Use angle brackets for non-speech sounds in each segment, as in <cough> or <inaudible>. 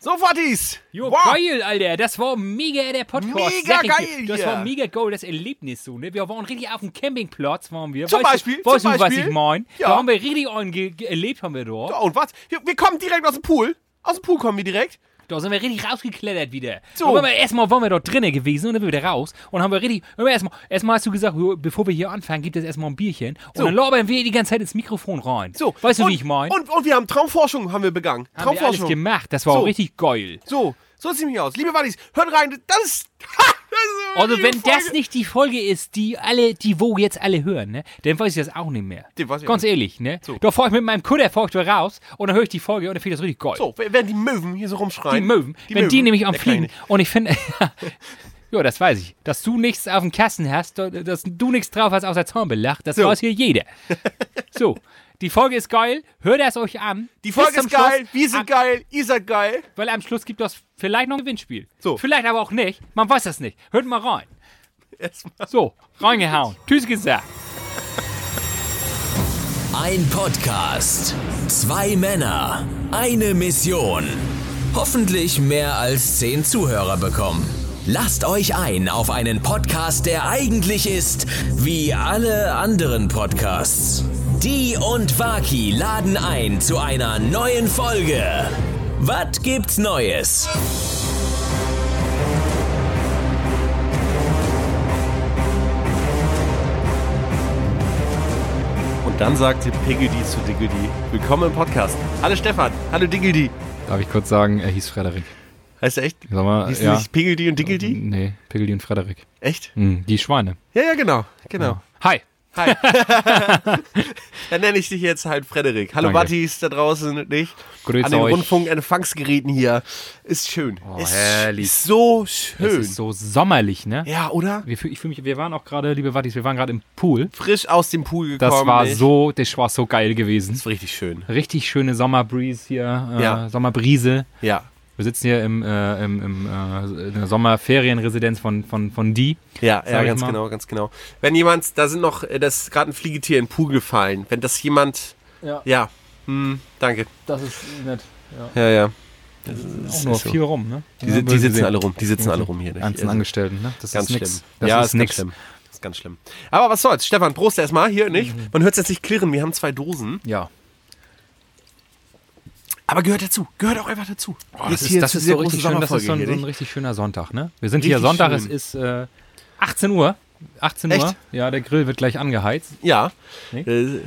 So, Fatis! Jo, Wow. geil, Alter. Das war mega der Podcast. Mega sag ich dir. geil Das hier. war mega geil, das Erlebnis so, ne? Wir waren richtig auf dem Campingplatz, waren wir. Zum weißt Beispiel, Du, weißt zum du, Beispiel. was ich meine? Ja. Da haben wir richtig einen ge ge erlebt, haben wir dort. Oh, und was? Wir, wir kommen direkt aus dem Pool. Aus dem Pool kommen wir direkt. Da sind wir richtig rausgeklettert wieder. So. So. Waren wir, erstmal waren wir dort drinnen gewesen und dann wieder raus. Und haben wir richtig. und wir Erstmal, erstmal hast du gesagt, jo, bevor wir hier anfangen, gibt es erstmal ein Bierchen. Und So. dann labern wir die ganze Zeit ins Mikrofon rein. So. Weißt du, und, wie ich meine? Und, und wir haben Traumforschung haben wir begangen. Haben wir alles Traumforschung. gemacht. Das war So. auch richtig geil. so, so sieht mich aus. Liebe Buddies, hört rein. Das ist. <laughs> Ha, das ist eine Also wenn Folge. das nicht die Folge ist, die alle, die wo jetzt alle hören, ne, dann weiß ich das auch nicht mehr. Den weiß ich Ganz auch ehrlich, ne? Da fahre ich mit meinem Kutter fahr ich da raus und dann höre ich die Folge und dann finde ich das richtig geil. So, werden die Möwen hier so die rumschreien. Möwen, wenn die Möwen, nämlich am der Fliegen Kleine. und ich finde, <laughs> ja, das weiß ich, dass du nichts auf dem Kasten hast, dass du nichts drauf hast außer Zahnbelach, das So. weiß <laughs> hier jeder. so, die Folge ist geil, hört es euch an. Die Bis Folge zum ist geil, Schluss. Ah. wir sind Am- geil, ihr seid geil. Weil am Schluss gibt das vielleicht noch ein Gewinnspiel. So. Vielleicht aber auch nicht, man weiß das nicht. Hört mal rein. Erstmal. So, reingehauen. Tschüss gesagt. Ein Podcast. Zwei Männer. Eine Mission. Hoffentlich mehr als zehn Zuhörer bekommen. Lasst euch ein auf einen Podcast, der eigentlich ist wie alle anderen Podcasts. Die und Waki laden ein zu einer neuen Folge. Was gibt's Neues? Und dann sagte Piggledy zu Diggledy, willkommen im Podcast. Hallo Stefan, hallo Diggledy. Darf ich kurz sagen, er hieß Frederik. Heißt er echt? Sag mal, Hießen ja. Ähm, nicht Piggledy und Diggledy? Nee, Piggledy und Frederik. Echt? Hm, die Schweine. Ja, ja, genau. genau. Hi. Hi. dann nenne ich dich jetzt halt Frederik. Hallo Danke. Battis da draußen und ich. Grüß An den euch. Rundfunkempfangsgeräten hier. Ist schön. ist, herrlich. ist so Oh, Es schön. ist so sommerlich, ne? ja, oder? Wir, fühl- ich fühl mich, wir waren auch gerade, liebe Wattis, wir waren gerade im Pool. Frisch aus dem Pool gekommen. Das war ey. so, das war so geil gewesen. Ist richtig schön. Richtig schöne Sommerbreeze hier, äh, Ja. Sommerbrise. Ja. Wir sitzen hier im, äh, im, im äh, in der Sommerferienresidenz von, von, von Die. Ja, ja, ich ganz mal. genau, ganz genau. Wenn jemand, da sind noch, äh, das ist gerade ein Fliegetier in den Pool gefallen. Wenn das jemand, ja, hm, danke. Das ist nett. Ja, ja. Auch nur so. viel rum, ne? Die, si- die sitzen alle rum, die sitzen alle rum hier. ne? Ganzen Also, Angestellten, ne? Mhm. Das ganz ist nix. schlimm. Das ja, ist ganz nix. schlimm. Das ist ganz schlimm. Aber was soll's, Stefan, Prost erstmal hier, nicht? Mhm. Man hört es jetzt nicht klirren, wir haben zwei Dosen. Ja. Aber gehört dazu, gehört auch einfach dazu. Das ist, das ist so richtig schön, das ist so ein, so ein richtig richtig schöner Sonntag, ne? Wir sind hier Richtig Sonntag, es schön. ist äh, 18 Uhr. 18 Echt? Uhr. Ja, der Grill wird gleich angeheizt. Ja. Nee? Äh,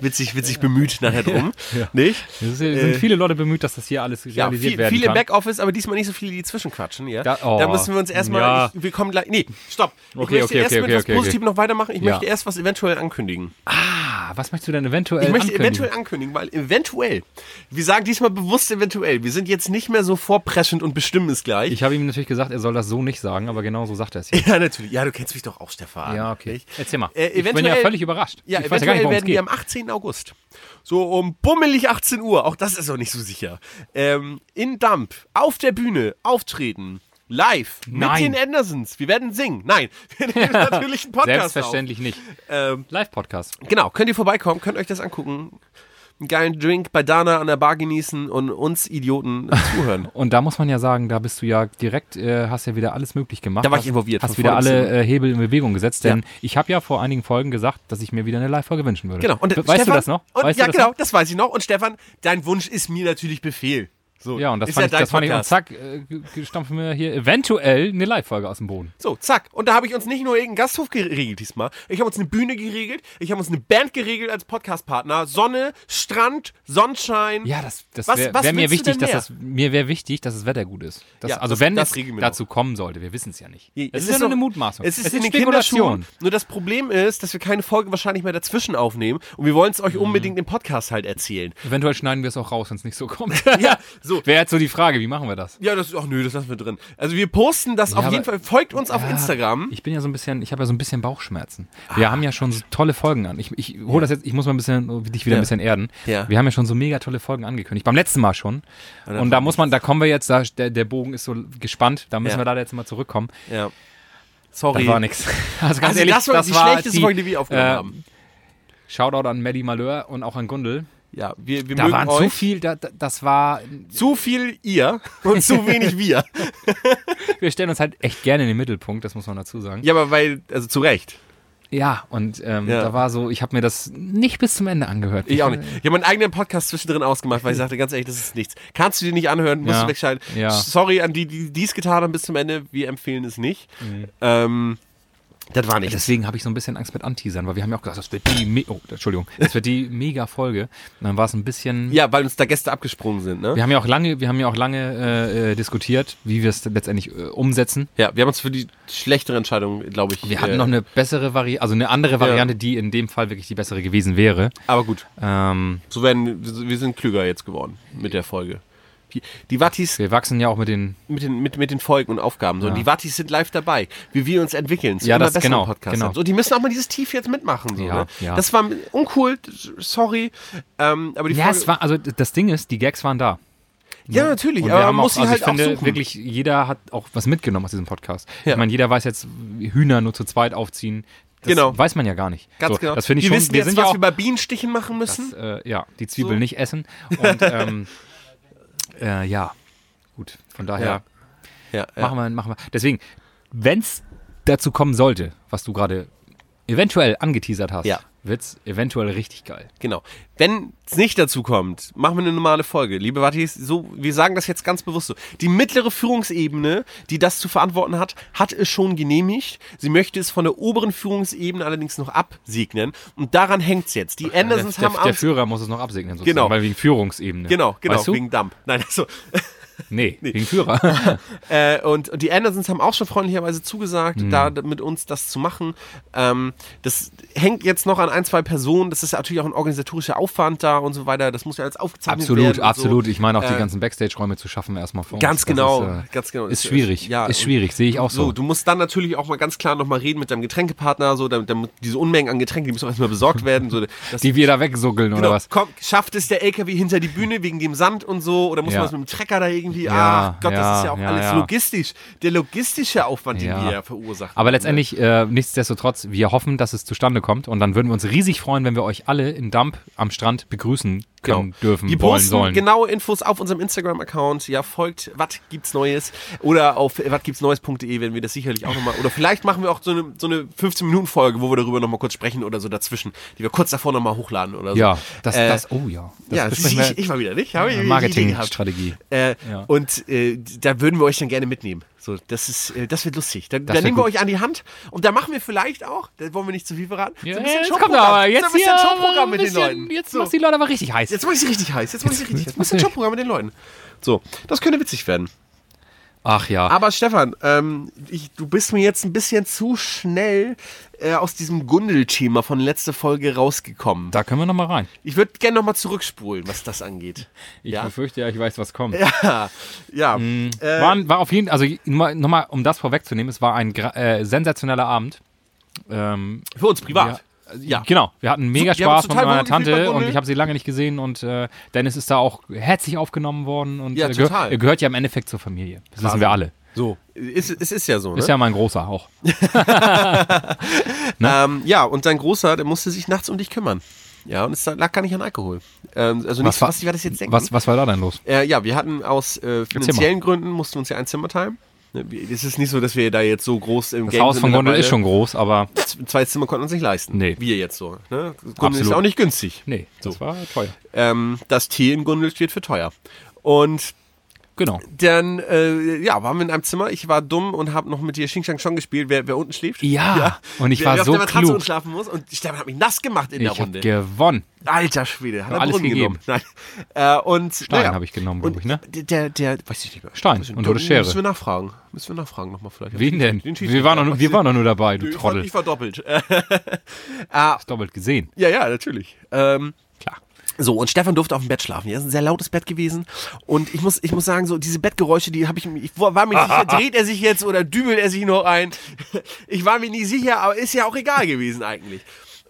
witzig, witzig bemüht nachher <laughs> drum, nicht? Es ist, es sind Äh, viele Leute bemüht, dass das hier alles Ja, realisiert viel, werden viele kann. Backoffice, aber diesmal nicht so viele, die zwischenquatschen. Ja? Da, Da- oh. müssen wir uns erstmal. Ja. Ich, wir kommen gleich. Nee, stopp. Ich Okay, möchte okay, erst okay, mit okay, was okay, Positivem noch weitermachen. Ich Ja. möchte erst was eventuell ankündigen. ah, was möchtest du denn eventuell Ich möchte ankündigen? eventuell ankündigen, weil eventuell. Wir sagen diesmal bewusst eventuell. Wir sind jetzt nicht mehr so vorpreschend und bestimmen es gleich. ich habe ihm natürlich gesagt, er soll das so nicht sagen, aber genau so sagt er es hier. <laughs> ja, natürlich. Ja, du kennst mich doch auch, Stefan. Ja, okay. Nicht? Erzähl mal. Äh, ich bin ja eventuell- völlig überrascht. Ja, ich weiß ja gar eventuell nicht, worum es werden wir geht. am 18. August, so um bummelig 18 Uhr, auch das ist noch nicht so sicher, ähm, in Dump auf der Bühne auftreten. Live Nein. mit den Andersons. Wir werden singen. Nein, <laughs> wir nehmen natürlich einen Podcast Selbstverständlich nicht. auf. Ähm, Live-Podcast. genau, könnt ihr vorbeikommen, könnt euch das angucken. Einen geilen Drink bei Dana an der Bar genießen und uns Idioten <laughs> zuhören. Und da muss man ja sagen, da bist du ja direkt, äh, hast ja wieder alles möglich gemacht. Da war ich Hast- involviert, Hast von wieder vorne bis alle äh, Hebel in Bewegung gesetzt, denn Ja. ich habe ja vor einigen Folgen gesagt, dass ich mir wieder eine Live-Folge wünschen würde. Genau. Und, We- äh, weißt Stefan, du das noch? Und, weißt ja, du das genau, Noch? das weiß ich noch. Und Stefan, dein Wunsch ist mir natürlich Befehl. So, Ja, und das ist fand, ich, dein das fand ich, und Podcast. zack, äh, ge- stampfen wir hier eventuell eine Live-Folge aus dem Boden. So, zack. Und da habe ich uns nicht nur irgendeinen Gasthof geregelt diesmal. Ich habe uns eine Bühne geregelt. Ich habe uns eine Band geregelt als Podcast-Partner. Sonne, Strand, Sonnenschein. Ja, das, das Was- wäre was wär mir willst du wichtig, denn dass das, mir wäre wichtig, dass das Wetter gut ist. Das, Ja, also das- wenn das es regeln wir dazu kommen sollte, wir wissen es ja nicht. Je- Es, ist ja nur noch- eine Mutmaßung. Es ist, in eine den Kinderschuhen. Nur das Problem ist, dass wir keine Folge wahrscheinlich mehr dazwischen aufnehmen und wir wollen es Mhm. euch unbedingt im Podcast halt erzählen. Eventuell schneiden wir es auch raus, wenn es nicht so kommt. Ja, so. <laughs> Wäre jetzt so die Frage, wie machen wir das? Ja, das ach nö, das lassen wir drin. Also wir posten das auf aber- jeden Fall. Folgt uns auf Ja, Instagram. Ich bin ja so ein bisschen, ich habe ja so ein bisschen Bauchschmerzen. Wir haben ja schon so tolle Folgen an. Ich, ich hole das jetzt, ich muss mal ein bisschen, dich wieder Ja. ein bisschen erden. Ja. Wir haben ja schon so mega tolle Folgen angekündigt. Beim letzten Mal schon. Und da muss man, da kommen wir jetzt, da, der, der Bogen ist so gespannt. Da müssen Ja. wir leider jetzt mal zurückkommen. Ja. Da Sorry. war nix. <laughs> Also ganz Also ehrlich, das war die schlechteste Folge, die wir aufgenommen äh, haben. Shoutout an Maddie Malheur und auch an Gundel. Ja, wir, wir Da mögen waren euch. so viel, da, da, das war. zu viel ihr und zu <laughs> wenig wir. Wir stellen uns halt Echt gerne in den Mittelpunkt, das muss man dazu sagen. Ja, aber weil, also zu Recht. Ja, und ähm, Ja. da war so, ich habe mir das nicht bis zum Ende angehört. Ich auch nicht. Ich habe meinen eigenen Podcast zwischendrin ausgemacht, weil ich sagte, ganz ehrlich, das ist nichts. Kannst du dir nicht anhören, musst Ja. du wegschalten. Ja. Sorry an die, die die es getan haben bis zum Ende. Wir empfehlen es nicht. Ähm, das war nicht. Deswegen habe ich so ein bisschen Angst mit Anteasern, weil wir haben ja auch gesagt, das wird die, Me oh, Entschuldigung, das <laughs> wird die mega Folge. Und dann war es ein bisschen. Ja, weil uns da Gäste abgesprungen sind, ne? Wir haben ja auch lange, wir haben ja auch lange äh, äh, diskutiert, wie wir es letztendlich äh, umsetzen. Ja, wir haben uns für die schlechtere Entscheidung, glaube ich. Wir hatten äh, noch eine bessere Variante, also eine andere Variante, die in dem Fall wirklich die bessere gewesen wäre. Aber gut, Ähm, so werden wir sind klüger jetzt geworden mit der Folge. Die, die Wattis wir wachsen ja auch mit den. mit den, mit, mit den Folgen und Aufgaben. So. Und Die Wattis sind live dabei, wie wir uns entwickeln. Zu Ja, immer das- besseren genau, Podcastern. genau. So, die müssen auch mal dieses Tief jetzt mitmachen. So, Ja, ne? ja. Das war uncool, sorry. Ähm, aber die Ja, Folge, es war, also das Ding ist, die Gags waren da. ja natürlich, Und aber wir man haben muss auch, sie also halt ich finde auch suchen. wirklich, jeder hat auch was mitgenommen aus diesem Podcast. Ja. Ich meine, jeder weiß jetzt, wie Hühner nur zu zweit aufziehen. Das Genau. weiß man ja gar nicht. Ganz so, genau. Das finde ich wir schon. wissen wir jetzt, sind was ja auch, wir bei Bienenstichen machen müssen. äh, ja, die Zwiebel nicht essen. <laughs> Und ähm, äh, ja, gut. Von daher Ja, ja, ja. machen wir, machen wir. Deswegen, wenn es dazu kommen sollte, was du gerade eventuell angeteasert hast, Ja. wird's eventuell richtig geil. Genau. Wenn es nicht dazu kommt, machen wir eine normale Folge. Liebe Wattis, so, wir sagen das jetzt ganz bewusst so. Die mittlere Führungsebene, die das zu verantworten hat, hat es schon genehmigt. Sie möchte es von der oberen Führungsebene allerdings noch absegnen. Und daran hängt es jetzt. Die Andersons der, haben der, der Angst. Führer muss es noch absegnen, sozusagen, Genau. weil wegen Führungsebene. Genau, genau, Weißt du? wegen Dump. Nein, also, nee, wegen Führer. <laughs> äh, und, und die Andersons haben auch schon freundlicherweise zugesagt, Hm. da d- mit uns das zu machen. Ähm, das hängt jetzt noch an ein, zwei Personen. Das ist natürlich auch ein organisatorischer Aufwand da und so weiter. Das muss ja alles aufgezeichnet absolut, werden. und absolut. So. Ich meine auch Äh, die ganzen Backstage-Räume zu schaffen erstmal vor uns. Ganz Das genau, Ist, äh, ganz genau. ist schwierig. Ja, ist und schwierig, sehe ich auch So, so. du musst dann natürlich auch mal ganz klar nochmal reden mit deinem Getränkepartner, so, damit, damit diese Unmengen an Getränken, die müssen auch erstmal besorgt werden. <laughs> So, das, <laughs> genau, die wir da wegsuggeln oder was? Komm, schafft es der LKW hinter die Bühne wegen dem Sand und so? Oder muss Ja. man es mit dem Trecker da irgendwie? Ja, Ach Gott, das ja, ist ja auch ja, alles ja. logistisch. Der logistische Aufwand, den Ja. wir ja verursachen. Aber letztendlich, äh, nichtsdestotrotz, wir hoffen, dass es zustande kommt und dann würden wir uns riesig freuen, wenn wir euch alle in Dump am Strand begrüßen Genau. können, dürfen, Wir wollen, posten sollen. genaue Infos auf unserem Instagram-Account. Ja, folgt, was gibt's Neues? Oder auf watgibtsneues.de werden wir das sicherlich auch nochmal. Oder vielleicht machen wir auch so eine, so eine 15-Minuten-Folge, wo wir darüber nochmal kurz sprechen oder so dazwischen, die wir kurz davor nochmal hochladen oder so. Ja, das, Äh, das, oh ja. Das ja, besprechen ich, wir- ich mal wieder nicht. Hab ich die Idee gehabt. Marketingstrategie. Äh, Ja. Und äh, da würden wir euch dann gerne mitnehmen. So, das, ist, äh, das wird lustig. Da, da wär nehmen wir gut. euch an die Hand und da machen wir vielleicht auch, da wollen wir nicht zu viel verraten, so ein bisschen jetzt kommt er Showprogramm. aber, jetzt so ein bisschen hier, Showprogramm mit ein den bisschen- Leuten. Jetzt so. machst du die Leute aber richtig heiß. Jetzt mach ich sie richtig heiß. Jetzt mach ich sie richtig. Jetzt machst du ein machst du- Jobprogramm mit den Leuten. So, das könnte witzig werden. Ach ja. Aber Stefan, ähm, ich, du bist mir jetzt ein bisschen zu schnell äh, aus diesem Gundel-Thema von letzter Folge rausgekommen. da können wir nochmal rein. Ich würde gerne nochmal zurückspulen, was das angeht. Ich ja, befürchte ja, ich weiß, was kommt. ja. ja. Äh, War, war auf jeden also nochmal, um das vorwegzunehmen, es war ein gra- äh, sensationeller Abend. Ähm, für uns privat. Ja. Genau, wir hatten mega Wir haben uns Spaß mit total meiner wohlgefühlt beim Tante Gundel. und ich habe sie lange nicht gesehen und äh, Dennis ist da auch herzlich aufgenommen worden und Ja, äh, gehö- total. er gehört ja im Endeffekt zur Familie. Das wissen wir alle. So, es ist, ist ja so. Ne? Ist ja mein großer auch. Ähm, ja, und dein Großer, der musste sich nachts um dich kümmern. Ja, und es lag gar nicht an Alkohol. Ähm, also nicht, war- was, ich werde das jetzt denken. Was, was war da denn los? Äh, ja, wir hatten aus äh, finanziellen Gründen mussten wir uns ja ein Zimmer teilen. Ne, wir- Es ist nicht so, dass wir da jetzt so groß im Das Haus von Gondel ist schon groß, aber schon. Zwei Zimmer konnten wir uns nicht leisten. Nee. Wir jetzt so. Ne? Gondel ist Absolut. auch nicht günstig. nee, das war teuer. Ähm, das Tee in Gondel steht für teuer. Und Genau. dann, äh, ja, waren wir in einem Zimmer. Ich war dumm und habe noch mit dir Xing Shang Chong gespielt, wer, wer unten schläft. Ja, und ich wer, war wer so auf der Matratze klug. unten schlafen muss. Und Stefan hat mich nass gemacht in der Ich habe Runde. gewonnen. Alter Schwede, hat er alles Brunnen genommen. Nein. Äh, und, Stein habe ich genommen, glaub und ich, ne? Der, der, weiß ich nicht mehr. Stein Weiß ich und nicht. tote Schere. Müssen wir nachfragen. Müssen wir nachfragen nochmal vielleicht. Wen denn? Den Wir waren, doch, nur- wir waren doch nur dabei, du Ich war, Trottel. ich war doppelt. Äh, Hast doppelt gesehen. ja, ja, natürlich. Ähm, Klar. so, und Stefan durfte auf dem Bett schlafen. Ja, ist ein sehr lautes Bett gewesen. Und ich muss, ich muss sagen, so diese Bettgeräusche, die habe ich, mir- ich war mir nicht <laughs> sicher, dreht er sich <laughs> jetzt oder dübelt er sich noch ein. Ich war mir nicht sicher, aber ist ja auch egal gewesen eigentlich.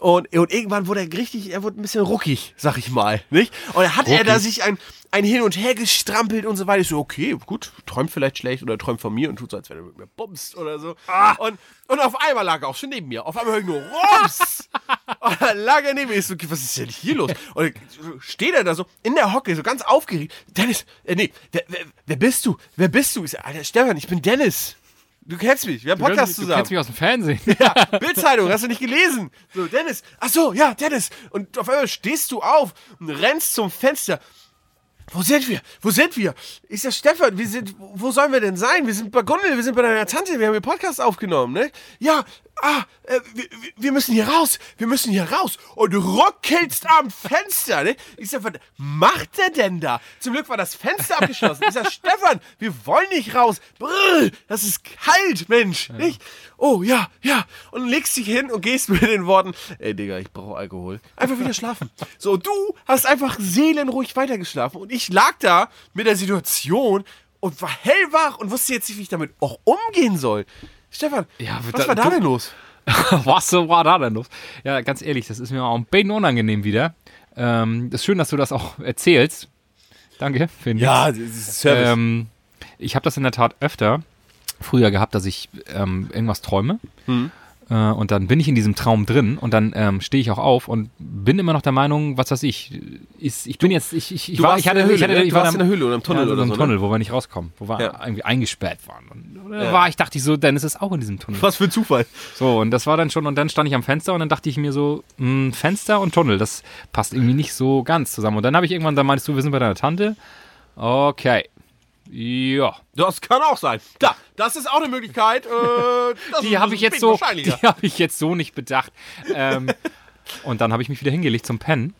Und, und irgendwann wurde er richtig, er wurde ein bisschen ruckig, sag ich mal, nicht? Und dann hat er da Mhm. sich ein, ein Hin und Her gestrampelt und so weiter. Ich so, okay, gut, träumt vielleicht schlecht oder träumt von mir und tut so, als wenn er mit mir bumst oder so. Ah. Und, und auf einmal lag er auch schon neben mir. Auf einmal höre ich nur <laughs> Rums. und dann lag er neben mir. Ich so, okay, was ist denn hier los? Und dann steht er da so in der Hocke, so ganz aufgeregt. Dennis, äh, nee, wer, wer, wer bist du? Wer bist du? Ich so, Alter, Stefan, ich bin Dennis. Du kennst mich, wir haben Du, Podcast kennst- du zusammen. kennst mich aus dem Fernsehen. <laughs> Ja, Bildzeitung, hast du nicht gelesen? So, Dennis, ach so, ja, Dennis. Und auf einmal stehst du auf und rennst zum Fenster. Wo sind wir? Wo sind wir? Ich sag, Stefan, wir sind, wo sollen wir denn sein? Wir sind bei Gundel, wir sind bei deiner Tante, wir haben den Podcast aufgenommen, ne? Ja, ah, äh, wir, wir- wir müssen hier raus, wir müssen hier raus. Und du ruckelst am Fenster, ne? Ich sag, was macht der denn da? Zum Glück war das Fenster abgeschlossen. Ich sag, Stefan, wir wollen nicht raus. Brrr, das ist kalt, Mensch, nicht? Oh, ja, ja. Und legst dich hin und gehst <laughs> mit den Worten, ey, Digga, ich brauche Alkohol. Einfach wieder <laughs> schlafen. So, und du hast einfach seelenruhig weitergeschlafen. Und ich lag da mit der Situation und war hellwach und wusste jetzt nicht, wie ich damit auch umgehen soll. Stefan, Ja, aber was da- war da du- denn los? <laughs> Was so war da denn los? Ja, ganz ehrlich, das ist mir auch ein bisschen unangenehm wieder. Ähm, das ist schön, dass du das auch erzählst. Danke, Finn. Service. Ähm, ich habe das in der Tat öfter früher gehabt, dass ich ähm, irgendwas träume. Hm. Äh, und dann bin ich in diesem Traum drin und dann ähm, stehe ich auch auf und bin immer noch der Meinung, was weiß ich, ist, ich bin jetzt, ich, ich, ich du war, warst ich hatte, in der ich Höhle, hatte, ne? ich Du war warst da- in der Höhle oder im Tunnel ja, oder im so, ne? Tunnel, wo wir nicht rauskommen, wo wir Ja. irgendwie eingesperrt waren. Und, oder Ja. war ich, dachte ich so, Dennis ist auch in diesem Tunnel. was für ein Zufall. So, und das war dann schon, und dann stand ich am Fenster und dann dachte ich mir so, mh, Fenster und Tunnel, das passt irgendwie nicht so ganz zusammen. Und dann habe ich irgendwann, dann meinst du, wir sind bei deiner Tante. Okay. Ja. Das kann auch sein. Da, das ist auch eine <laughs> Möglichkeit. Äh, das Die ist- habe ich das jetzt ist so, die Hm, wahrscheinlicher. habe ich jetzt so nicht bedacht. Ähm, und dann habe ich mich wieder hingelegt zum Pennen.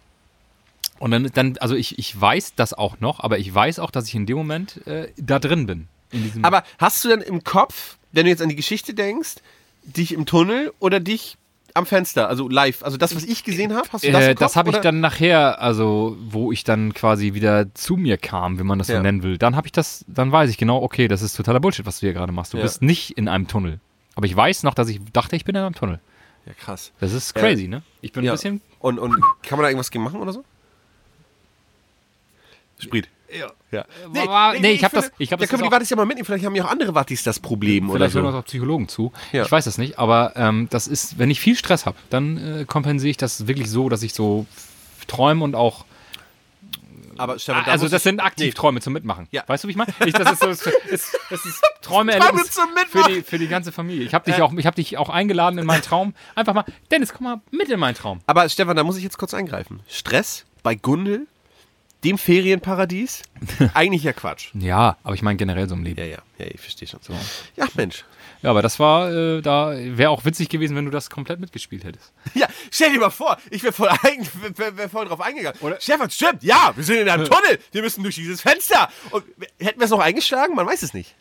Und dann, dann also ich, ich weiß das auch noch, aber ich weiß auch, dass ich in dem Moment äh, da drin bin. In diesem Aber hast du denn im Kopf, wenn du jetzt an die Geschichte denkst, dich im Tunnel oder dich am Fenster, also live, also das, was ich gesehen habe, hast du das Äh, im Kopf? das habe ich oder? dann nachher, also wo ich dann quasi wieder zu mir kam, wenn man das so Ja. nennen will, dann habe ich das, dann weiß ich genau, okay, das ist totaler Bullshit, was du hier gerade machst. Du Ja. bist nicht in einem Tunnel. Aber ich weiß noch, dass ich dachte, ich bin in einem Tunnel. Ja, krass. Das ist crazy, ne? Ich bin Ja. ein bisschen. Und, und kann man da irgendwas gegen machen oder so? Sprit. Ja. ja. war- nee, ich hab das- ich hab da das können wir jetzt die auch- Wattis ja mal mitnehmen. Vielleicht haben ja auch andere Wattis das Problem oder Vielleicht hören uns so. auch Psychologen zu. Ja. Ich weiß das nicht, aber ähm, das ist, wenn ich viel Stress habe, dann äh, kompensiere ich das wirklich so, dass ich so träume und auch. Aber Stefan, da also, muss das ich- sind aktiv Nee. Träume zum Mitmachen. Ja. Weißt du, wie ich meine? Ich, das ist so. Das ist, das <laughs> ist Träume, Erlebnis- zum für Mitmachen. die, für die ganze Familie. Ich habe dich, auch- ich hab dich auch eingeladen in meinen Traum. Einfach mal, Dennis, komm mal mit in meinen Traum. Aber Stefan, da muss ich jetzt kurz eingreifen. Stress bei Gundel, dem <laughs> Ferienparadies, eigentlich ja Quatsch. Ja, aber ich meine generell so im Leben. Ja, ja, ja, ich verstehe schon. Ja, Mensch. Ja, aber das war, äh, da wäre auch witzig gewesen, wenn du das komplett mitgespielt hättest. Ja, stell dir mal vor, ich wäre voll, ein, wär, wär voll drauf eingegangen. Stefan, stimmt, ja, wir sind in <laughs> einem Tunnel, wir müssen durch dieses Fenster. Und hätten wir es noch eingeschlagen? Man weiß es nicht.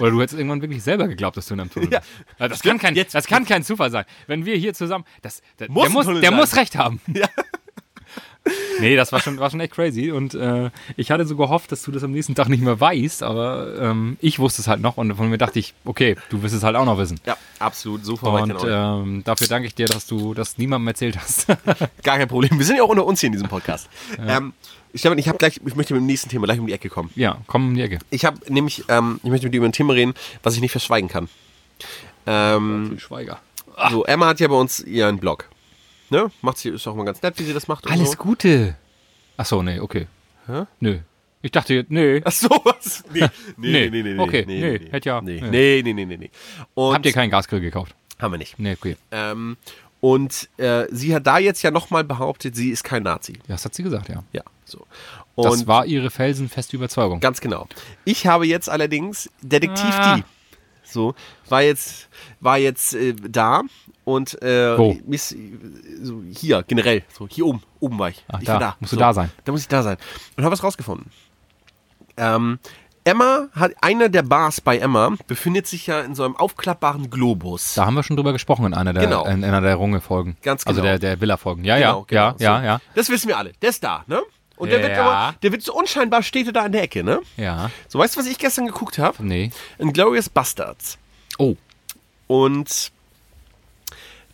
Oder du hättest irgendwann wirklich selber geglaubt, dass du in einem Tunnel Ja. bist. Ja, das, kann kein, Jetzt- das kann kein Zufall sein. Wenn wir hier zusammen, das, der, Muss der, ein muss, Tunnel der sein. muss recht <laughs> haben. <laughs> Nee, das war schon, war schon echt crazy. Und äh, ich hatte so gehofft, dass du das am nächsten Tag nicht mehr weißt, aber ähm, ich wusste es halt noch und von mir dachte ich, okay, du wirst es halt auch noch wissen. Ja, absolut, so verweilt Und ähm, dafür danke ich dir, dass du das niemandem erzählt hast. <laughs> äh, Gar kein Problem. Wir sind ja auch unter uns hier in diesem Podcast. Ähm, Stefan, ich, hab gleich, ich möchte mit dem nächsten Thema gleich um die Ecke kommen. ja, komm um die Ecke. Ich habe nämlich, ähm, ich möchte mit dir über ein Thema reden, was ich nicht verschweigen kann. Ähm, Schweiger. So, Emma hat ja bei uns ihren Blog. Ne? Macht sie, ist auch mal ganz nett, wie sie das macht. und Alles so. Gute. Achso, nee, okay. Hä? Nö. Ich dachte, jetzt- nee. Ach so, was? <laughs> Nee, nee, nee, Nee. nee, nee. nee Okay, nee, nee, nee, hätte ja- Nee, ja. nee, nee, nee, nee. nee. Und Habt ihr keinen Gasgrill gekauft? haben wir nicht. Nee, okay. Ähm, und äh, sie hat da jetzt ja nochmal behauptet, sie ist kein Nazi. Das hat sie gesagt, ja. Ja, so. Das Und war ihre felsenfeste Überzeugung. ganz genau. Ich habe jetzt allerdings Detektiv Ah. die. So, war jetzt, war jetzt äh, da und äh, Wo? mir ist, äh, so hier, generell, so hier oben, oben war ich. Ach, ich da. war Musst du da sein. Da muss ich da sein. Und habe was rausgefunden. Ähm, Emma hat, einer der Bars bei Emma befindet sich ja in so einem aufklappbaren Globus. Da haben wir schon drüber gesprochen in einer der, Genau. in einer der Runge-Folgen. Ganz Also genau. der, der Villa-Folgen. Ja, Genau, ja, genau, ja, so. ja, Das wissen wir alle. Der ist da, ne? Und der wird Ja. aber, der wird so unscheinbar steht er da in der Ecke, ne? ja. Ja. So, weißt du, was ich gestern geguckt habe? Nee. Inglourious Bastards. Oh. Und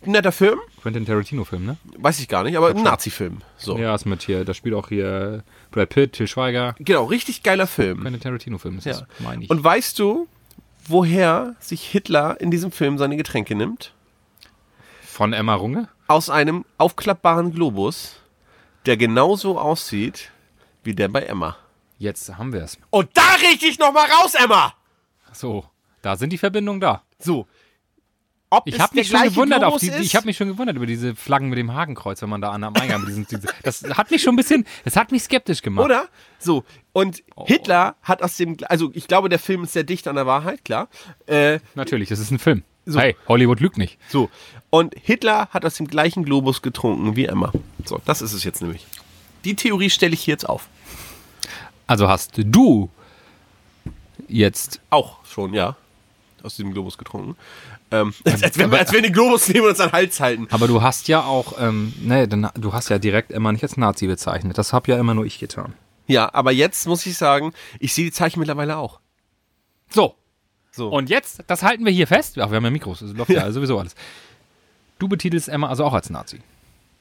ein netter Film, Quentin Tarantino-Film, ne? Weiß ich gar nicht, aber ein Nazi-Film. So. Ja, ist mit hier, da spielt auch hier Brad Pitt, Till Schweiger. Genau, richtig geiler Film. Quentin Tarantino-Film, das Ja. ist, meine ich. Und weißt du, woher sich Hitler in diesem Film seine Getränke nimmt? von Emma Runge? Aus einem aufklappbaren Globus, der genauso aussieht wie der bei Emma. Jetzt haben wir es. Und da richte ich nochmal raus, Emma! So, da sind die Verbindungen da. So. Ob Ich es habe der mich schon gleiche gewundert auf Globus die, ist? ich habe mich schon gewundert über diese Flaggen mit dem Hakenkreuz, wenn man da an am Eingang mit diesen, diese, das hat mich schon ein bisschen, das hat mich skeptisch gemacht. Oder? So. Und Oh. Hitler hat aus dem, also ich glaube, der Film ist sehr dicht an der Wahrheit, klar. Äh, Natürlich, es ist ein Film. Hey, Hollywood lügt nicht. so. Und Hitler hat aus dem gleichen Globus getrunken wie Emma. So, das ist es jetzt nämlich. Die Theorie stelle ich hier jetzt auf. Also hast du jetzt Auch schon, ja. Aus diesem Globus getrunken. Ähm, <laughs> als, als, wenn wir, als wenn wir den Globus nehmen und uns an den Hals halten. Aber du hast ja auch, ähm, nee, dann- du hast ja direkt immer nicht als Nazi bezeichnet. Das habe ja immer nur ich getan. Ja, aber jetzt muss ich sagen, ich sehe die Zeichen mittlerweile auch. So. So. Und jetzt, das halten wir hier fest. Ach, wir haben ja Mikros, das läuft <laughs> ja, sowieso alles. Du betitelst Emma also auch als Nazi.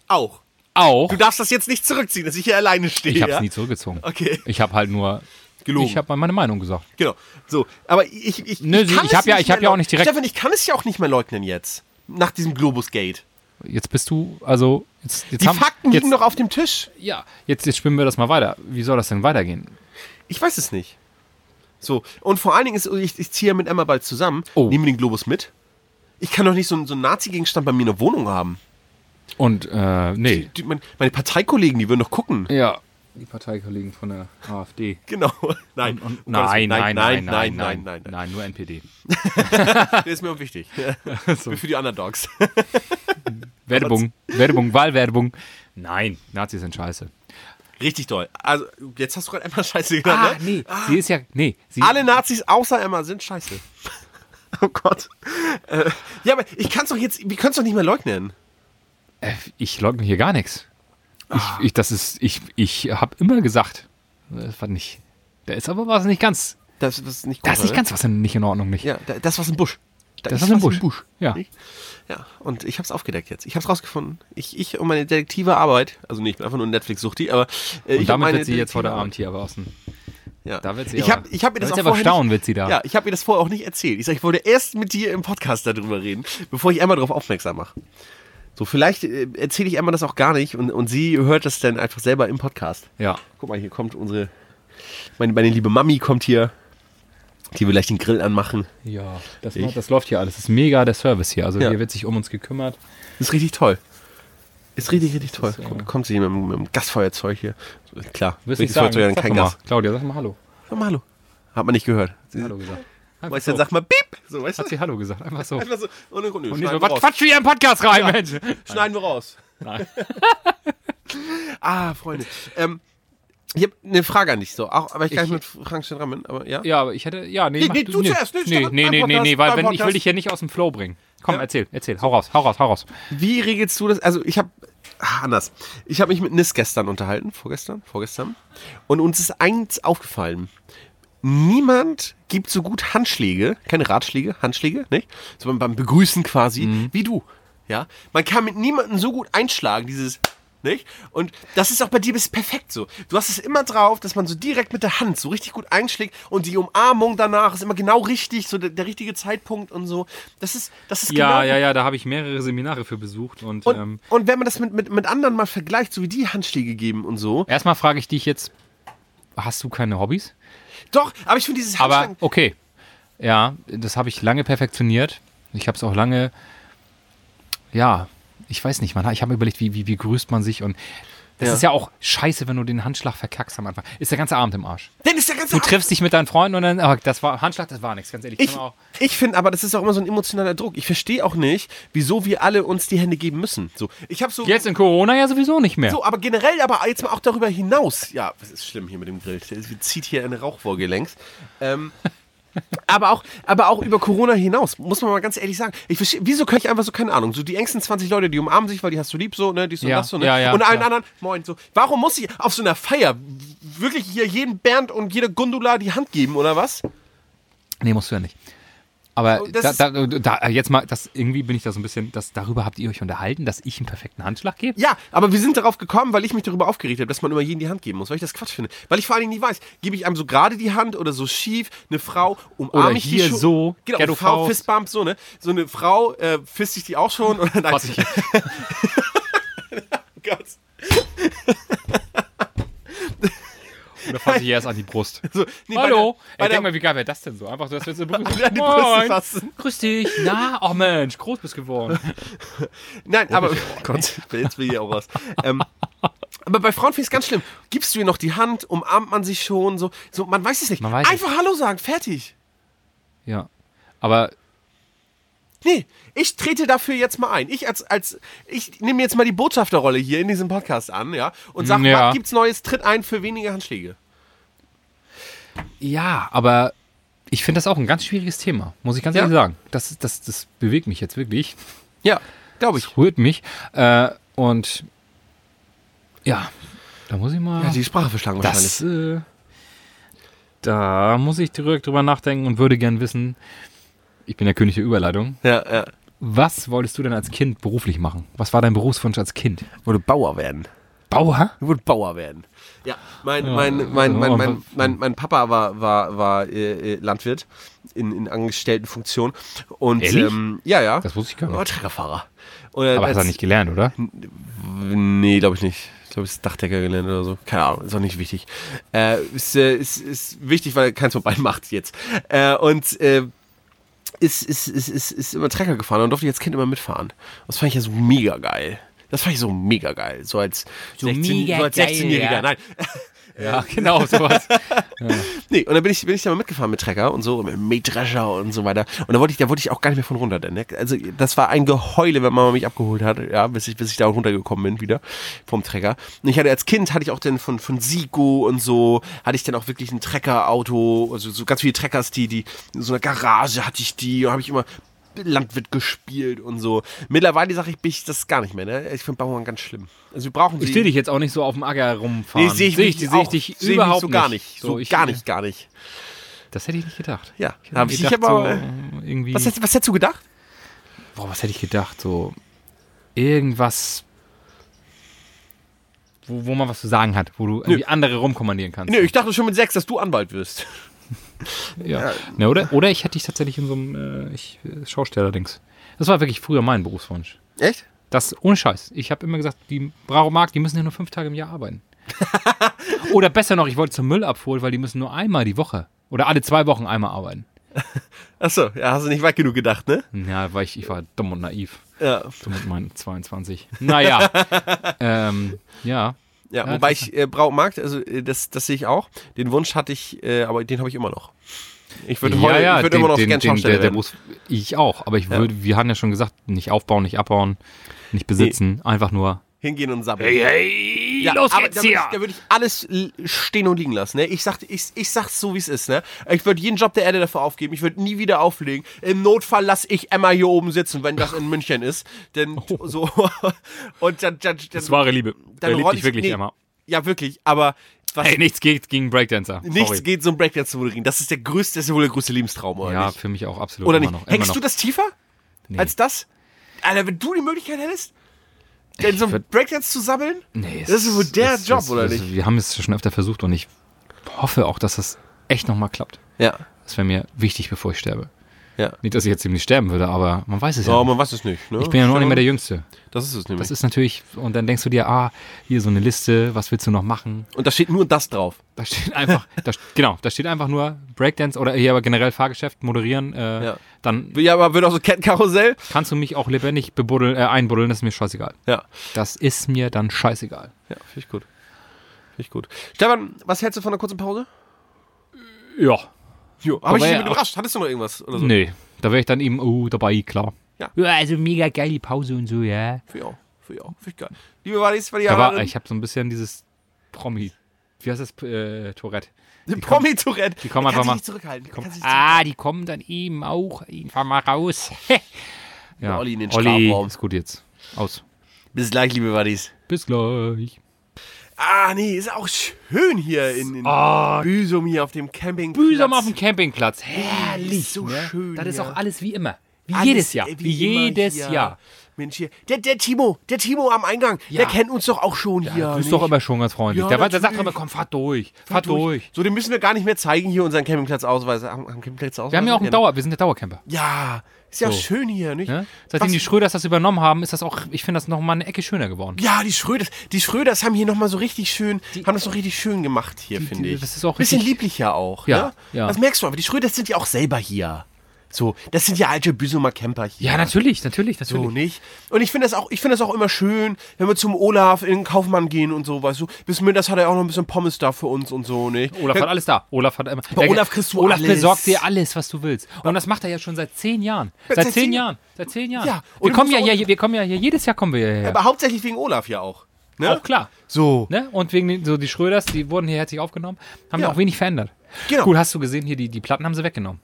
Auch. Auch. Du darfst das jetzt nicht zurückziehen, dass ich hier alleine stehe. Ich habe es ja? nie zurückgezogen. Okay. Ich habe halt nur, Gelogen. ich habe mal meine Meinung gesagt. Genau. So, aber ich ich Nö, sie- kann ich es hab ja- ich hab mehr ja auch leug- nicht direkt- Stefan, ich kann es ja auch nicht mehr leugnen jetzt nach diesem Globus Gate. Jetzt bist du, also jetzt, jetzt Die haben, Fakten jetzt, liegen doch auf dem Tisch. Ja, jetzt, jetzt spinnen wir das mal weiter. Wie soll das denn weitergehen? Ich weiß es nicht. So, und vor allen Dingen ist ich, ich ziehe ja mit Emma bald zusammen, Oh. nehme den Globus mit. Ich kann doch nicht so, einen- so einen Nazi-Gegenstand bei mir in der Wohnung haben. Und äh, nee. Die, die, mein, meine Parteikollegen, die würden doch gucken. Ja. Die Parteikollegen von der AfD. Genau. <laughs> Nein. Um Gottes Nein, Willen. nein, nein, nein, nein, nein, nein, nein. nein, nur NPD. Der ist mir auch <laughs> wichtig. <laughs> Ich bin für die Underdogs. <laughs> Werbung, Werbung, Wahlwerbung. Nein, Nazis sind scheiße. Richtig toll. Also, jetzt hast du gerade Emma Scheiße genannt, ne? Ah, nee, sie ist ja, nee, sie, Alle Nazis außer Emma sind <laughs> scheiße. Oh Gott. Äh, ja, aber ich kann es doch jetzt, wir können es doch nicht mehr leugnen. äh, ich leugne hier gar nichts. Ich, Ah. ich, das ist, ich, ich habe immer gesagt, das fand ich, da ist aber was nicht ganz, Das, das ist nicht gut. da ist nicht oder? ganz was in- nicht in Ordnung, nicht? ne? Ja, da, das war's im Busch. Da Das ist ist ein was Busch. im Busch. Ja. Nicht? Ja, und ich hab's aufgedeckt jetzt. Ich hab's rausgefunden. Ich, ich und meine detektive Arbeit, also nee, ich bin einfach nur Netflix-Suchti, aber äh, ich Und und damit meine wird sie jetzt heute detektive Abend hier aber aus dem, Ja. da wird sie ich aber- hab, ich hab mir da das wird sie auch aber vorher staunen, nicht, wird sie da. Ja, ich habe mir das vorher auch nicht erzählt. Ich sag, ich wollte erst mit dir im Podcast darüber reden, bevor ich einmal darauf aufmerksam mache. So, vielleicht äh, erzähle ich einmal das auch gar nicht und, und sie hört das dann einfach selber im Podcast. ja. Guck mal, hier kommt unsere, meine, meine liebe Mami kommt hier, die will gleich den Grill anmachen. Ja, das, Ich- das läuft hier alles. Das ist mega der Service hier. Also Ja. hier wird sich um uns gekümmert. Ist richtig toll. Ist richtig, richtig toll. ja- Kommt, kommt sie mit, dem- mit dem Gasfeuerzeug hier. So, Klar, Wirst nicht sagen. Gasfeuerzeug, dann Sag kein doch mal. Gas. Claudia, sag mal Hallo. Sag mal hallo. Hat man nicht gehört. Sie, Hallo gesagt. Einfach weißt du, so. dann sag mal Piep. So, weißt Hat du? sie Hallo gesagt, einfach so. Einfach so, ohne Grund. Und Schneiden, nicht so, wir was raus. quatscht du hier im Podcast rein, Mensch? Schneiden wir raus. Nein. <laughs> ah, Freunde. Ähm, ich habe eine Frage an dich. So, auch, aber ich kann nicht mit Frank Stein rammen. Aber ja. Ja, aber ich hätte. Ja, nee, Nee, mach nee, du zuerst, nee, Nee, Stefan, nee, beim nee, nee, Podcast, nee, weil beim wenn, ich will Podcast. dich hier nicht aus dem Flow bringen. Komm, erzähl, erzähl. Hau raus, hau raus, hau raus. Wie regelst du das? Also, ich habe. Anders. Ich habe mich mit Nis gestern unterhalten. Vorgestern? Vorgestern. Und uns ist eins aufgefallen. Niemand gibt so gut Handschläge, keine Ratschläge, Handschläge, nicht? So beim, beim Begrüßen quasi, Mhm. wie du. Ja? Man kann mit niemandem so gut einschlagen, dieses, nicht? Und das ist auch bei dir bis perfekt so. Du hast es immer drauf, dass man so direkt mit der Hand so richtig gut einschlägt und die Umarmung danach ist immer genau richtig, so der, der richtige Zeitpunkt und so. Das ist, das ist Ja, genau ja, ja, da habe ich mehrere Seminare für besucht und, und, ähm, und wenn man das mit, mit, mit anderen mal vergleicht, so wie die Handschläge geben und so. erstmal frage ich dich jetzt: Hast du keine Hobbys? Doch, aber ich finde dieses Aber Handschlagen- okay. Ja, das habe ich lange perfektioniert. Ich habe es auch lange. Ja, ich weiß nicht, man, ich habe mir überlegt, wie, wie, wie grüßt man sich und. Das Ja. ist ja auch scheiße, wenn du den Handschlag verkackst am Anfang. Ist der ganze Abend im Arsch. Dann ist der ganze Du triffst Genau. dich mit deinen Freunden und dann, oh, das war Handschlag, das war nichts, ganz ehrlich. Ich, Kann man auch- ich finde aber, das ist auch immer so ein emotionaler Druck. Ich verstehe auch nicht, wieso wir alle uns die Hände geben müssen. So, ich habe so. Jetzt in Corona ja sowieso nicht mehr. So, aber generell, aber jetzt mal auch darüber hinaus. Ja, was ist schlimm hier mit dem Grill? Der zieht hier eine Rauchwolke längs. Ähm, <laughs> aber, auch, aber auch über Corona hinaus, muss man mal ganz ehrlich sagen. Ich verstehe, wieso kann ich einfach so, keine Ahnung, so die engsten 20 Leute, die umarmen sich, weil die hast du lieb, so, ne, die so, Ja, das so, ne, ja, ja, und allen ja. anderen, moin, so. Warum muss ich auf so einer Feier wirklich hier jeden Bernd und jede Gundula die Hand geben, oder was? Nee, musst du ja nicht. Aber Und da, Oh, das da, da, jetzt mal, das, irgendwie bin ich da so ein bisschen, das, darüber habt ihr euch unterhalten, dass ich einen perfekten Handschlag gebe? Ja, aber wir sind darauf gekommen, weil ich mich darüber aufgeregt habe, dass man immer jeden die Hand geben muss, weil ich das Quatsch finde. Weil ich vor allen Dingen nie weiß, gebe ich einem so gerade die Hand oder so schief, eine Frau umarme Oder ich die hier schon- so, genau, Ghetto Frau Faust. Fistbump, so, ne? So eine Frau, äh, fist ich die auch schon oder nein. Was ich- <laughs> Gott. Oder fasse ich erst an <laughs> die Brust? So, nee, bei Hallo? Der, bei Ey, der, denk mal, wie geil wäre das denn so? Einfach so, dass wir so <laughs> an die Brüste fassen. Grüß dich. Na, oh Mensch, groß bist geworden. Nein, Oh aber Gott, <laughs> jetzt will ich auch was. Ähm, aber bei Frauen finde ich es ganz schlimm. Gibst du ihr noch die Hand, umarmt man sich schon, so, so man weiß es nicht. Man weiß es. Einfach Hallo sagen, fertig. <laughs> Ja. Aber Nee, ich trete dafür jetzt mal ein. Ich als, als ich nehme jetzt mal die Botschafterrolle hier in diesem Podcast an, ja, und sag, Mm, ja. was gibt's Neues, tritt ein für weniger Handschläge. Ja, aber ich finde das auch ein ganz schwieriges Thema, muss ich ganz Ja. ehrlich sagen. Das, das, das bewegt mich jetzt wirklich. Ja, glaube ich. Das rührt mich. Äh, und ja, da muss ich mal. Ja, die Sprache verschlagen das, wahrscheinlich. äh, da muss ich drü- drüber nachdenken und würde gern wissen. Ich bin der König der Überleitung. Ja, ja. Was wolltest du denn als Kind beruflich machen? Was war dein Berufswunsch als Kind? Wurde Bauer werden. Bauer? würde Bauer werden. Ja, mein, mein, mein, mein, mein, mein, mein Papa war, war, war äh, äh, Landwirt in, in Angestelltenfunktion. Und Ehrlich? ähm, ja, ja. Das wusste ich gar nicht. War Treckerfahrer. äh, Aber hast du nicht gelernt, oder? Nee, glaube ich nicht. Ich glaube, es ist Dachdecker gelernt oder so. Keine Ahnung, ist auch nicht wichtig. Äh, ist, äh, ist, ist wichtig, weil keins von beiden <laughs> macht jetzt. Äh, und äh, ist, ist, ist, ist, ist immer Trecker gefahren und durfte ich als Kind immer mitfahren. Das fand ich ja so mega geil. Das fand ich so mega geil. So als, 16, mega so als geil, 16-Jähriger. ja. Nein, <laughs> Ja, genau, sowas. Nee, und dann bin ich, bin ich da mal mitgefahren mit Trecker und so, mit Mähdrescher und so weiter. Und da wollte ich, da wollte ich auch gar nicht mehr von runter, denn, ne? Also, das war ein Geheule, wenn Mama mich abgeholt hat, ja, bis ich, bis ich da runtergekommen bin wieder vom Trecker. Und ich hatte als Kind, hatte ich auch dann von, von Sico und so, hatte ich dann auch wirklich ein Treckerauto, also so ganz viele Treckers, die, die, in so einer Garage hatte ich die, und habe ich immer Landwirt gespielt und so. Mittlerweile sage ich, bin ich das gar nicht mehr, ne? Ich finde Bauern ganz schlimm. Also, wir brauchen Ich sie- sehe dich jetzt auch nicht so auf dem Acker rumfahren. Nee, sehe ich, mich dich- auch- ich dich sehe ich überhaupt so gar nicht. So, ich- gar nicht, gar nicht. Das hätte ich nicht gedacht. Ja, hätte hab ich gedacht, nicht, aber, so, äh, irgendwie. Was, hätt- was hättest du gedacht? boah, was hätte ich gedacht? So irgendwas, wo, wo man was zu sagen hat, wo du irgendwie andere rumkommandieren kannst. Nee, ich dachte schon mit sechs, dass du Anwalt wirst. Ja. Na, oder, oder ich hätte dich tatsächlich in so einem äh, ich, äh, Schaustellerdings. Das war wirklich früher mein Berufswunsch. Echt? Das ohne Scheiß. Ich habe immer gesagt, die Bravo Mark, die müssen ja nur fünf Tage im Jahr arbeiten. <laughs> oder besser noch, ich wollte zum Müll abholen, weil die müssen nur einmal die Woche oder alle zwei Wochen einmal arbeiten. Achso, ja, hast du nicht weit genug gedacht, ne? Ja, weil ich, ich war dumm und naiv. Ja. Du mit meinen 22. <laughs> Naja. ähm, ja. Ja, Ja, wobei ich äh, Braumarkt, also äh, das, das sehe ich auch. Den Wunsch hatte ich, äh, aber den habe ich immer noch. Ich würde ja, heute- ja, ich würde immer noch den, gerne den, Schausteller der, der werden. muss, Ich auch, aber ich würde, wir haben ja schon gesagt, nicht aufbauen, nicht abbauen, nicht besitzen, einfach nur. Hingehen und sammeln. Hey, hey, ja, los aber geht's da würd ich- hier. Da würde ich alles l- stehen und liegen lassen. Ne? Ich, sag, ich, ich sag's so, wie es ist. Ne? Ich würde jeden Job der Erde dafür aufgeben. Ich würde nie wieder auflegen. Im Notfall lasse ich Emma hier oben sitzen, wenn das in München ist. Denn so. <laughs> Und dann, dann, dann, Das wahre Liebe. dann Der liebt roll dich wirklich, nee, Emma. Ja, wirklich. Aber was, Ey, nichts geht gegen Breakdancer. Nichts Sorry. geht so ein Breakdance zu moderieren. Das ist der größte, das ist wohl der größte Lebenstraum, oder Ja, nicht? für mich auch absolut. Oder immer nicht? Noch, immer Hängst noch. du das tiefer als das? Alter, wenn du die Möglichkeit hättest, denn so ein würd- Breakdance zu sammeln? Nee, es Das ist wohl der es- Job, es- oder es- nicht? Wir haben es schon öfter versucht und ich hoffe auch, dass das echt nochmal klappt. Ja, Das wäre mir wichtig, bevor ich sterbe. ja. Nicht, dass ich jetzt ziemlich sterben würde, aber man weiß es ja. Oh, nicht. man weiß es nicht, ne? Ich bin ja noch nicht mehr der Jüngste. Das ist es nämlich. Das ist natürlich, und dann denkst du dir, ah, hier so eine Liste, was willst du noch machen? Und da steht nur das drauf. Da steht <laughs> einfach, da, genau, da steht einfach nur Breakdance oder hier aber generell Fahrgeschäft, moderieren. Äh, Ja. Dann Ja, aber wird auch so Kettenkarussell. kannst du mich auch lebendig bebuddeln, äh, einbuddeln, das ist mir scheißegal. Ja. Das ist mir dann scheißegal. Ja, finde ich gut. Finde ich gut. Stefan, was hältst du von einer kurzen Pause? Ja. Jo, habe ich Aber dich ja, mit überrascht? Hattest du noch irgendwas oder so? Nee, da wäre ich dann eben, oh, dabei, klar. Ja, also mega geil die Pause und so, ja. Für ja, für ja, für geil. Liebe Wadis, weil Da ihr war, ich habe so ein bisschen dieses Promi, wie heißt das, äh, Tourette. Promi-Tourette. Die kommen einfach mal- Nicht zurückhalten. Kann sich nicht Ah, die kommen dann eben auch einfach mal <laughs> raus. Ja. Olli in den Olli, Strafraum. ist gut jetzt. Aus. Bis gleich, liebe Buddies. Bis gleich. Ah, nee, ist auch schön hier in, in Büsum, hier auf dem Campingplatz. Ah. Büsum auf dem Campingplatz. Herrlich. So ne? schön, Das ist ja. auch alles wie immer. Wie Alles, jedes Jahr. äh, Wie, immer jedes hier. Jahr. Mensch, hier. Der, der Timo, der Timo am Eingang, der kennt uns doch auch schon hier. du bist nicht? doch immer schon ganz freundlich. Ja, der, war- der sagt natürlich. immer, komm, fahr durch. Fahr durch. So, den müssen wir gar nicht mehr zeigen hier, unseren Campingplatzausweis. Am, am Campingplatzausweis. Wir haben ja auch einen Dauer. Dauer, wir sind der Dauercamper. Ja, ist ja schön hier, nicht? Ne? Seitdem Was- die Schröders das übernommen haben, ist das auch, ich finde das nochmal eine Ecke schöner geworden. ja, die Schröders, die Schröders haben hier nochmal so richtig schön, haben das noch richtig schön gemacht hier, finde die- ich. das ist auch Bisschen richtig- lieblicher auch, Ja, ne? ja. Das merkst du aber, die Schröders sind ja auch selber hier. So, das sind ja alte Büsumer Camper hier. Ja, natürlich, natürlich, So natürlich. nicht. Und ich finde das auch, ich finde das auch immer schön, wenn wir zum Olaf in den Kaufmann gehen und so, weißt du. Bis mittags hat er auch noch ein bisschen Pommes da für uns und so, nicht? Olaf hat alles da. Olaf hat immer. Bei Olaf kriegst du Olaf alles. besorgt dir alles, was du willst. Und das macht er ja schon seit zehn Jahren. Seit zehn Jahren. Seit zehn Jahren. Ja, und Wir du kommen ja musst auch- hier, wir kommen ja hier, jedes Jahr kommen wir hierher. Aber hauptsächlich wegen Olaf ja auch. Ne? Auch klar. So. Ne? Und wegen den, so die Schröders, die wurden hier herzlich aufgenommen, haben Ja. ja auch wenig verändert. Genau. Gut, hast du gesehen, hier die, die Platten haben sie weggenommen.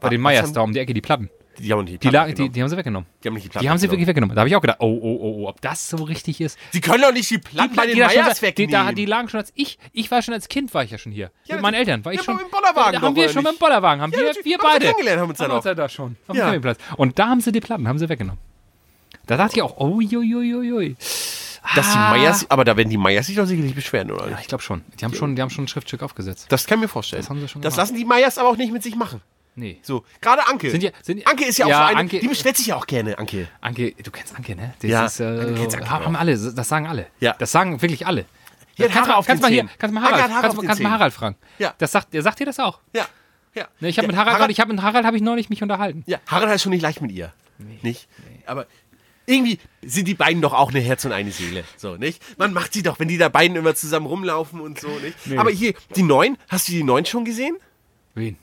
Bei den was Meyers haben- da um die Ecke, die Platten. Die haben die, Die, Platten la- die, genommen. die haben sie weggenommen. Die haben nicht die Platten Die haben sie genommen. wirklich weggenommen. Da habe ich auch gedacht, oh, oh, oh, oh, ob das so richtig ist. Sie können doch nicht die Platten bei den da schon Meyers seit- die, da, wegnehmen. die lagen schon als ich, ich war schon als Kind, war ich ja schon hier. Ja, mit meinen die- Eltern war ich ja, schon. aber mit dem Bollerwagen da doch, haben wir oder schon nicht? mit dem Bollerwagen, haben Ja, wir, natürlich. wir Haben wir beide. kennengelernt, haben uns dann haben uns auch. ja da schon. Auf dem Ja. Campingplatz. Und da haben sie die Platten, haben sie weggenommen. Da dachte ich auch, oh, jo, jo, jo, jo. Ja, Ah. Dass die Meyers, aber da werden die Meyers sich doch sicherlich beschweren, oder nicht? ich glaube schon. Die haben schon, die haben schon ein Schriftstück aufgesetzt. Das kann ich mir vorstellen. Das, haben sie schon gemacht. lassen die Meyers aber auch nicht mit sich machen. Nee. So, gerade Anke. Sind die- sind die- Anke ist ja, Ja, auch so eine, Anke- die beschwert sich ja auch gerne, Anke. Anke, du kennst Anke, ne? Das Ja, ist, äh, Anke kennt's Anke haben auch. alle, das sagen alle. Ja. Das sagen wirklich alle. Die hat kannst Haare mal, auf kannst den mal hier, Zähnen. kannst mal Anke Harald, hat Haare auf kannst, den kannst mal Zähnen. Harald fragen. Ja. Das sagt, der sagt dir das auch. Ja, ja. Ne, ich ja, habe mit Harald, ich habe mit Harald habe ich neulich mich unterhalten. Ja, Harald hat es schon nicht leicht mit ihr. Nicht? Aber irgendwie sind die beiden doch auch eine Herz und eine Seele. So, nicht? Man macht sie doch, wenn die da beiden immer zusammen rumlaufen und so, nicht? Aber hier, die Neun, hast du die Neun schon gesehen? Wen?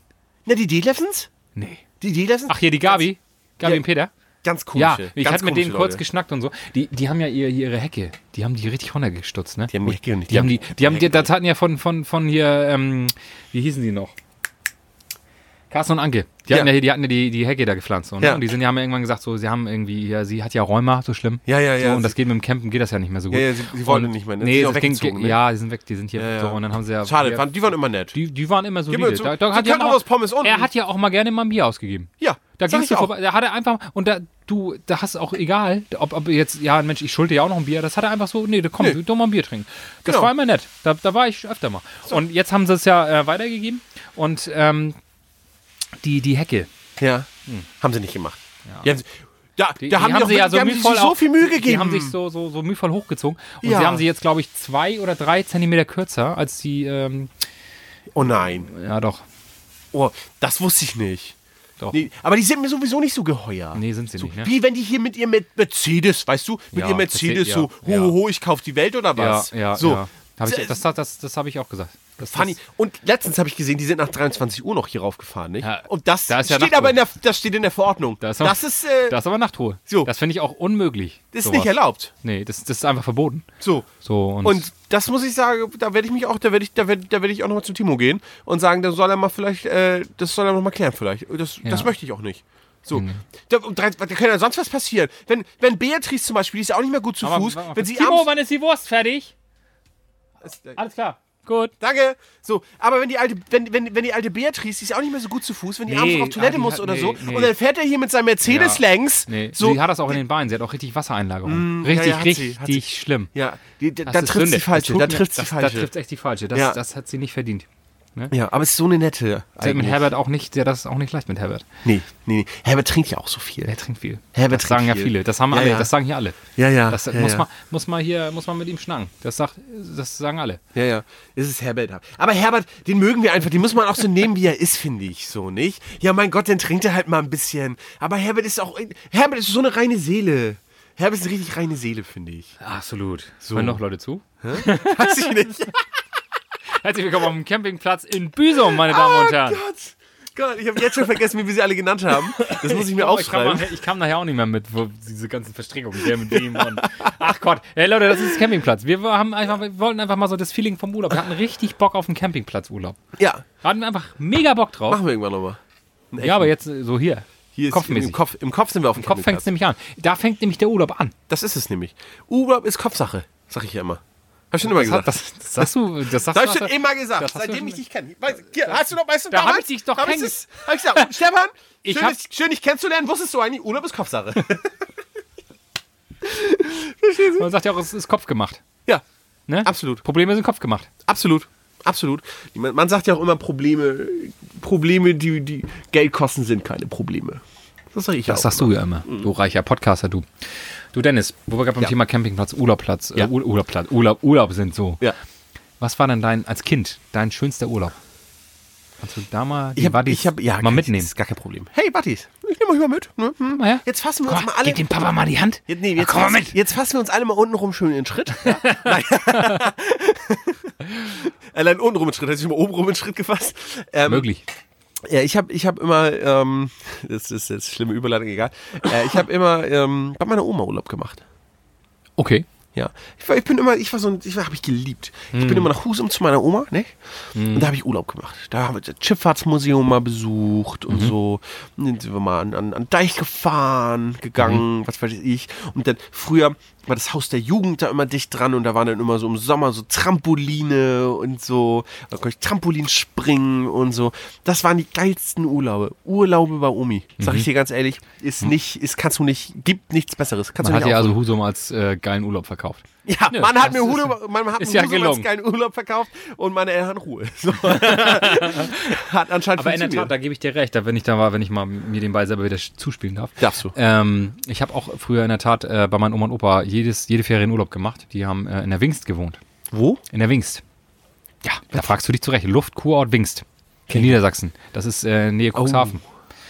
Na, die Detlefsens? Nee. Die Detlefsens? Ach hier die Gabi, Gabi Ja. und Peter. Ganz komische. Ja, ich ganz hatte mit denen komische kurz Leute. geschnackt und so. Die, die haben ja ihr, ihre Hecke, die haben die richtig runtergestutzt, ne? Die haben die Hecke nicht- Die haben die, die haben die, das hatten ja von, von, von hier, ähm, wie hießen die noch? Carsten und Anke. Die Ja. hatten ja, hier- die, hatten ja die, die Hecke da gepflanzt. So, ne? Ja. Und die sind, ja haben ja irgendwann gesagt, so, sie haben irgendwie, ja, sie hat ja Rheuma, so schlimm. Ja, ja, ja. So, und das geht mit dem Campen, geht das ja nicht mehr so gut. Ja, ja, sie- sie wollen und, nicht mehr, ne? Sie Nee, sind auch das ging, weggezogen, ne? ja, die sind weg, die sind hier. ja. So, und dann haben sie ja. Schade, ja, waren- die waren immer nett. die, die waren immer so mir zu. Sie können doch aus Pommes unten. Er hat ja auch mal gerne mal ein Bier ausgegeben. Ja, Da sag gingst ich du auch. vorbei. Da hat er einfach, und da, du, da hast auch egal, ob, ob jetzt, ja, Mensch, ich schulde ja auch noch ein Bier. Das hat er einfach so, nee, komm, Nee. du doch mal ein Bier trinken. Das Genau. war immer nett. Da, da war ich öfter mal. Und jetzt haben sie es ja äh, weitergegeben. Und ähm, die, die Hecke. Ja. Haben sie nicht gemacht. Ja. Da, Hm. Die, da haben, die die doch haben sie wirklich- ja so die haben sich mühevoll so auch- viel Mühe gegeben. Die haben sich so, so, so mühevoll hochgezogen. Und Ja. sie haben sie jetzt, glaube ich, zwei oder drei Zentimeter kürzer als die, ähm, oh nein. ja doch. Oh, das wusste ich nicht. Doch. Nee, aber die sind mir sowieso nicht so geheuer. Nee, sind sie nicht, ne? Wie wenn die hier mit ihrem Mer- Mercedes, weißt du, mit Ja, ihrem Mercedes Mercedes, so, ja, ho, ho, ho, ich kauf die Welt oder was? Ja, ja, so. Äh, ja. Hab ich, Das- das das, das, das habe ich auch gesagt. Das, Funny. Und letztens habe ich gesehen, die sind nach 23 Uhr noch hier raufgefahren, nicht? Ja, Und das da ist ja steht Nachtruhe. aber in der, das steht in der Verordnung. Das, das, das ist, äh, das ist aber Nachtruhe. So. Das finde ich auch unmöglich. ist sowas. nicht erlaubt. Nee, das, das ist einfach verboten. So. So, und, Und das muss ich sagen, da werde ich mich auch, da werde ich, da werde, da werde ich auch nochmal zu Timo gehen und sagen, da soll er mal vielleicht, äh, das soll er nochmal klären vielleicht. Das, das möchte ich auch nicht. So, da, um drei- da kann ja sonst was passieren. Wenn, wenn Beatrice zum Beispiel, die ist ja auch nicht mehr gut zu Aber- Fuß, aber- wenn sie Timo, abends, wann ist die Wurst fertig? Alles klar. Gut. danke, so, aber wenn die alte, wenn, wenn, wenn die alte Beatrice, die ist ja auch nicht mehr so gut zu Fuß, wenn die Nee, abends auf Toilette ah, die muss hat- oder nee, so, nee. und dann fährt er hier mit seinem Mercedes Ja. längs, nee, so, Mm, sie hat das auch in den Beinen. Sie hat auch richtig Wassereinlagerung. richtig, ja, ja, hat sie, richtig hat sie. schlimm. ja, die, da, Das da ist trifft Sünde. sie falsche, Das da tut mir- trifft sie das- Da falsche. trifft echt die falsche. Das, Ja. das hat sie nicht verdient. Ja, aber es ist so eine nette. Sie hat mit eigentlich. Herbert auch nicht, der das auch nicht leicht mit Herbert. Nee, nee, nee. Herbert trinkt ja auch so viel. Er trinkt viel. Herbert das sagen trinkt ja viel. viele. Das haben Ja, alle. ja. Das sagen hier alle. Ja, ja. Das ja, muss ja. man, muss man hier, muss man mit ihm schnacken. Das sagt, das sagen alle. Ja, ja. Es ist Herbert. Aber Herbert, den mögen wir einfach. Den muss man auch so nehmen, wie er ist, finde ich. So, nicht? Ja, mein Gott, dann trinkt er halt mal ein bisschen. Aber Herbert ist auch. Herbert ist so eine reine Seele. Herbert ist eine richtig reine Seele, finde ich. <laughs> Absolut. So. Hören noch Leute zu? Weiß ich nicht. Herzlich willkommen auf dem Campingplatz in Büsum, meine Damen Ah, und Herren. Oh Gott. Gott, ich habe jetzt schon vergessen, wie wir sie alle genannt haben. Das muss ich mir Oh, Ich kam, aufschreiben. nachher- ich kam nachher auch nicht mehr mit, wo diese ganzen Verstrickungen, der mit dem und. Ach Gott, hey Leute, das ist Campingplatz. Wir, haben einfach, wir wollten einfach mal so das Feeling vom Urlaub. Wir hatten richtig Bock auf einen Campingplatzurlaub. Ja, Wir hatten einfach mega Bock drauf. machen wir irgendwann nochmal. Einen Ja, echten. aber jetzt äh, so hier. Hier ist, kopfmäßig. im, Kopf, Im Kopf sind wir auf dem Im Kopf fängt es nämlich an. Da fängt nämlich der Urlaub an. Das ist es nämlich. Urlaub ist Kopfsache, sag ich ja immer. Hab ich schon immer Das, hat, gesagt. das, das sagst du, das sagst Das habe du. ich schon immer gesagt, das hast du seitdem schon- ich dich kenne. Weißt, hier, hast du noch, weißt du, Da hab damals ich dich doch hab ich, kenn- das- hab ich <laughs> gesagt, Stefan, Ich schön, hab- dich- schön, dich kennenzulernen, wusstest du eigentlich, Urlaub ist Kopfsache. Man sagt ja auch, es ist Kopf gemacht. <laughs> ja, Ne? Absolut. Probleme sind Kopf gemacht. absolut, absolut. Man, man sagt ja auch immer, Probleme, Probleme, die, die Geld kosten, sind keine Probleme. Das sage ich Das auch sagst immer. du ja immer. Du reicher Podcaster, du. Du Dennis, wo wir gerade beim Ja. Thema Campingplatz, Urlaubplatz, Ja. äh, Ur- Urlaubplatz, Urlaub, Urlaub sind so. Ja. Was war denn dein, als Kind, dein schönster Urlaub? Kannst du da mal die Ich habe, Buddies ich hab, ja, mal kein- mitnehmen? ist gar kein Problem. Hey, Buddies, ich nehme euch mal mit. ne? Hm? Mal her. Jetzt fassen wir uns Komm, mal alle. Gib dem Papa mal die Hand. Jetzt, nee, Na, jetzt, komm mal fassen- mit. jetzt fassen wir uns alle mal untenrum schön in den Schritt. <laughs> Nein. Allein untenrum in den Schritt. Hätte ich mal obenrum in den Schritt gefasst. Ähm, Möglich. Ja, ich habe ich hab immer, ähm, <laughs> das ist jetzt schlimme Überleitung, egal. Äh, ich habe immer ähm, bei meiner Oma Urlaub gemacht. Okay. Ja, ich, war, ich bin immer, ich war so ein, ich war, habe ich geliebt. Ich Hm. bin immer nach Husum zu meiner Oma, ne? Und da habe ich Urlaub gemacht. Da haben wir das Schifffahrtsmuseum mal besucht Mhm. und so. Und dann sind wir mal an, an, an Deich gefahren, gegangen, Mhm. was weiß ich. Und dann früher war das Haus der Jugend da immer dicht dran und da waren dann immer so im Sommer so Trampoline und so. Da konnte ich Trampolin springen und so. Das waren die geilsten Urlaube. Urlaube bei Omi. Sag Mhm. ich dir ganz ehrlich, ist nicht, ist kannst du nicht, gibt nichts Besseres. Kannst Man du hat nicht ja aufholen. also Husum als äh, geilen Urlaub verkauft. Ja, Nö, man hat das mir ist- Urlaub, man hat ist mir ja Husum als gelungen. geilen Urlaub verkauft und meine Eltern Ruhe. <laughs> <laughs> So. hat anscheinend Aber in der Tat, funktioniert. da gebe ich dir recht, da wenn ich da war, wenn ich mal mir den Ball selber wieder sch- zuspielen darf. Darfst du. Ähm, ich habe auch früher in der Tat äh, bei meinen Oma und Opa jedes, jede Ferien Urlaub gemacht. Die haben äh, in der Wingst gewohnt. Wo? In der Wingst. Ja, da fragst du dich zurecht. Luftkurort Wingst. In Niedersachsen. Das ist äh, Nähe Cuxhaven.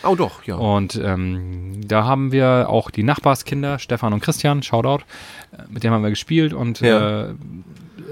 Oh doch, ja. Und ähm, da haben wir auch die Nachbarskinder, Stefan und Christian, Shoutout, äh, mit denen haben wir gespielt und Ja. äh,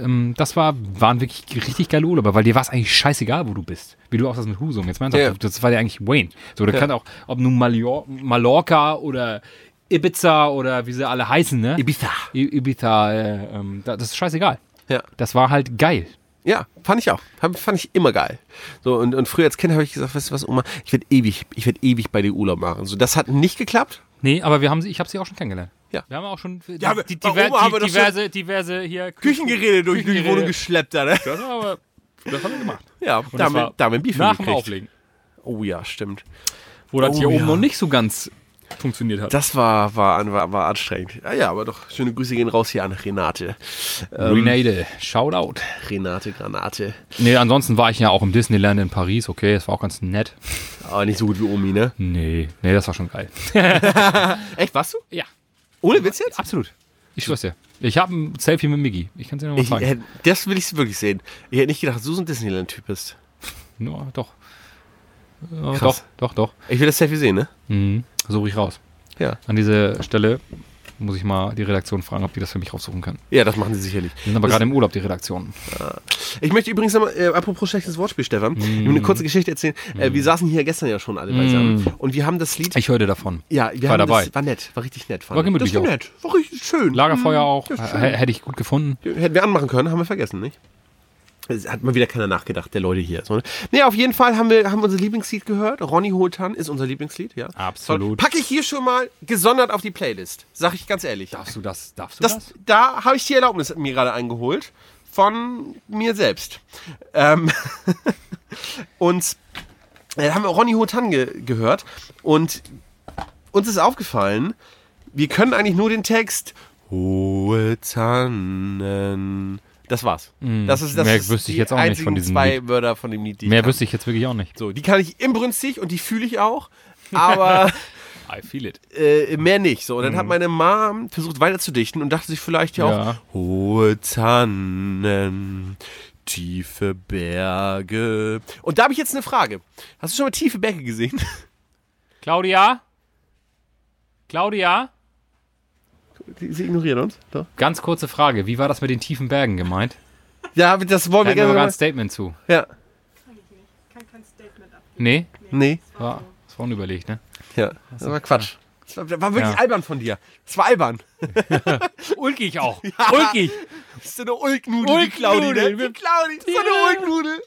ähm, das war, waren wirklich richtig geile Urlaube, weil dir war es eigentlich scheißegal, wo du bist. Wie du auch das mit Husum jetzt meinst, Ja. das war dir eigentlich Wayne. So, da kann auch, ob nun Mallor Mallorca oder Ibiza oder wie sie alle heißen, ne? Ibiza. I Ibiza, äh, ähm, da, das ist scheißegal. Ja. Das war halt geil. ja, fand ich auch. Hab, fand ich immer geil. So und, und früher als Kind habe ich gesagt, weißt du was, Oma, ich werde ewig, ich werde ewig bei dir Urlaub machen. So, das hat nicht geklappt. Nee, aber wir haben sie, ich habe sie auch schon kennengelernt. Ja. Wir haben auch schon Ja, die, die, bei diver- Oma haben wir die, doch diverse, diverse hier Küchengeräte durch die Küchengeräte. Wohnung geschleppt, da, <laughs> ne? Das, war aber, das haben wir gemacht. Ja, Und das damit, war damit Bier für Nach dem gekriegt. Auflegen. Oh ja, stimmt. Wo das Oh, hier ja. oben noch nicht so ganz funktioniert hat. Das war, war, an- war, war anstrengend. Ah Ja, ja, aber doch, schöne Grüße gehen raus hier an Renate. Ähm, Renate, Shoutout. Renate Granate. Nee, ansonsten war ich ja auch im Disneyland in Paris. Okay, das war auch ganz nett. Aber nicht so gut wie Omi, ne? Nee, nee, das war schon geil. Echt, warst du? Ja, Ohne Witz jetzt? absolut. Ich schwör's dir. Ich habe ein Selfie mit Miggy. Ich kann's dir nochmal Ich, zeigen. hätte- das will ich wirklich sehen. Ich hätte nicht gedacht, dass du so ein Disneyland-Typ bist. No, doch. Ja, Krass. doch, doch, doch. Ich will das Selfie sehen, ne? Mhm. Suche ich raus. Ja. An dieser Stelle muss ich mal die Redaktion fragen, ob die das für mich raussuchen können. Ja, das machen sie sicherlich. Die sind aber Das- gerade im Urlaub, die Redaktion. Ich möchte übrigens nochmal, äh, apropos schlechtes Wortspiel, Stefan, ich will Mm. eine kurze Geschichte erzählen. Äh, wir saßen hier gestern ja schon alle beisammen. Und wir haben das Lied. Ich hörte davon. ja, wir war haben dabei. das. War nett, war richtig nett. fand War ich. gemütlich das war auch. nett. War richtig schön. Lagerfeuer Mhm. auch. das ist H- schön. Hätte ich gut gefunden. Hätten wir anmachen können, haben wir vergessen, nicht? Es hat mal wieder keiner nachgedacht, der Leute hier. So, ne? Nee, auf jeden Fall haben wir, haben wir unser Lieblingslied gehört. Ronny Holtan ist unser Lieblingslied, ja. Absolut. So, Packe ich hier schon mal gesondert auf die Playlist. Sag ich ganz ehrlich. Darfst du das? Darfst du das, Da habe ich die Erlaubnis mir gerade eingeholt. Von mir selbst. Ähm, <laughs> und äh, haben wir Ronny Hotan ge gehört. Und uns ist aufgefallen, wir können eigentlich nur den Text Hohe Tannen. Das war's. Das ist, das Hm, Mehr ist wüsste ich die jetzt auch nicht einzigen von diesem zwei Wörter von dem Lied, die Mehr ich kann. wüsste ich jetzt wirklich auch nicht. So, die kann ich inbrünstig und die fühle ich <laughs> auch. Aber I feel it. äh, mehr nicht. So, und dann hat meine Mom versucht weiter zu dichten und dachte sich vielleicht ja, Ja. auch, hohe Tannen, tiefe Berge. Und da habe ich jetzt eine Frage. Hast du schon mal tiefe Berge gesehen? Claudia? Claudia? Sie, sie ignorieren uns. Doch. Ganz kurze Frage. Wie war das mit den tiefen Bergen <laughs> gemeint? Ja, das Da wollen wir hätten wir gerne. mal ein Mal. Statement zu. Ja. kann kein Statement abgeben. Nee? Nee. War, das war unüberlegt, ne? Ja. Das war Quatsch. Das war, das war wirklich Ja. albern von dir. Das war albern. Ulkig <laughs> auch. Ulkig. Das ist so eine Ulknudel, die Claudi. Ne? Ulknudel. Die Claudi, das ist so eine Ulknudel.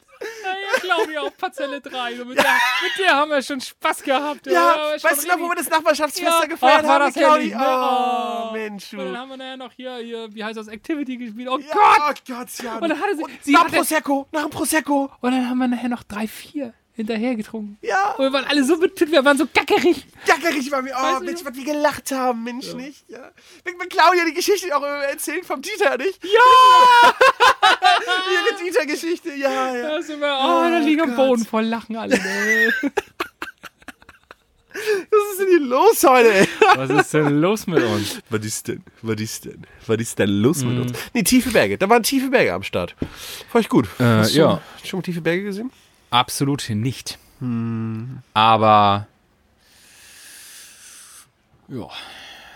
Claudia auf Parzelle 3. So mit, der, mit der haben wir schon Spaß gehabt. Ja, weißt du noch, wo wir das Nachbarschaftsfest Ja, da gefeiert ach, war haben, das Claudi? herrlich, ne? Oh, Mensch, du. Und dann haben wir nachher noch hier, hier, wie heißt das, Activity gespielt. Oh Ja, Gott! Oh Gott, ja. Und dann hatte sie, sie nach dem hatte, <laughs> Prosecco, nach dem Prosecco. und dann haben wir nachher noch drei, vier hinterher getrunken. Ja. Und wir waren alle so betüt, wir waren so gackerig. Gackerig war mir. Oh, Weißt du Mensch, noch? was wir gelacht haben, Mensch, nicht? Ja. Wenn wir Claudia die Geschichte auch immer erzählen vom Dieter, nicht? Ja! <laughs> Ihre Dieter-Geschichte, ja, ja. Da sind wir, oh, da liegen am Gott. Boden voll Lachen alle. ey. Was ist denn hier los heute, ey? Was ist denn los mit uns? Was ist denn? Was ist denn? Was ist denn los mit uns? Nee, tiefe Berge. Da waren tiefe Berge am Start. Fand ich gut. Hast du ja. Schon mal tiefe Berge gesehen? Absolut nicht. Hm. Aber ja.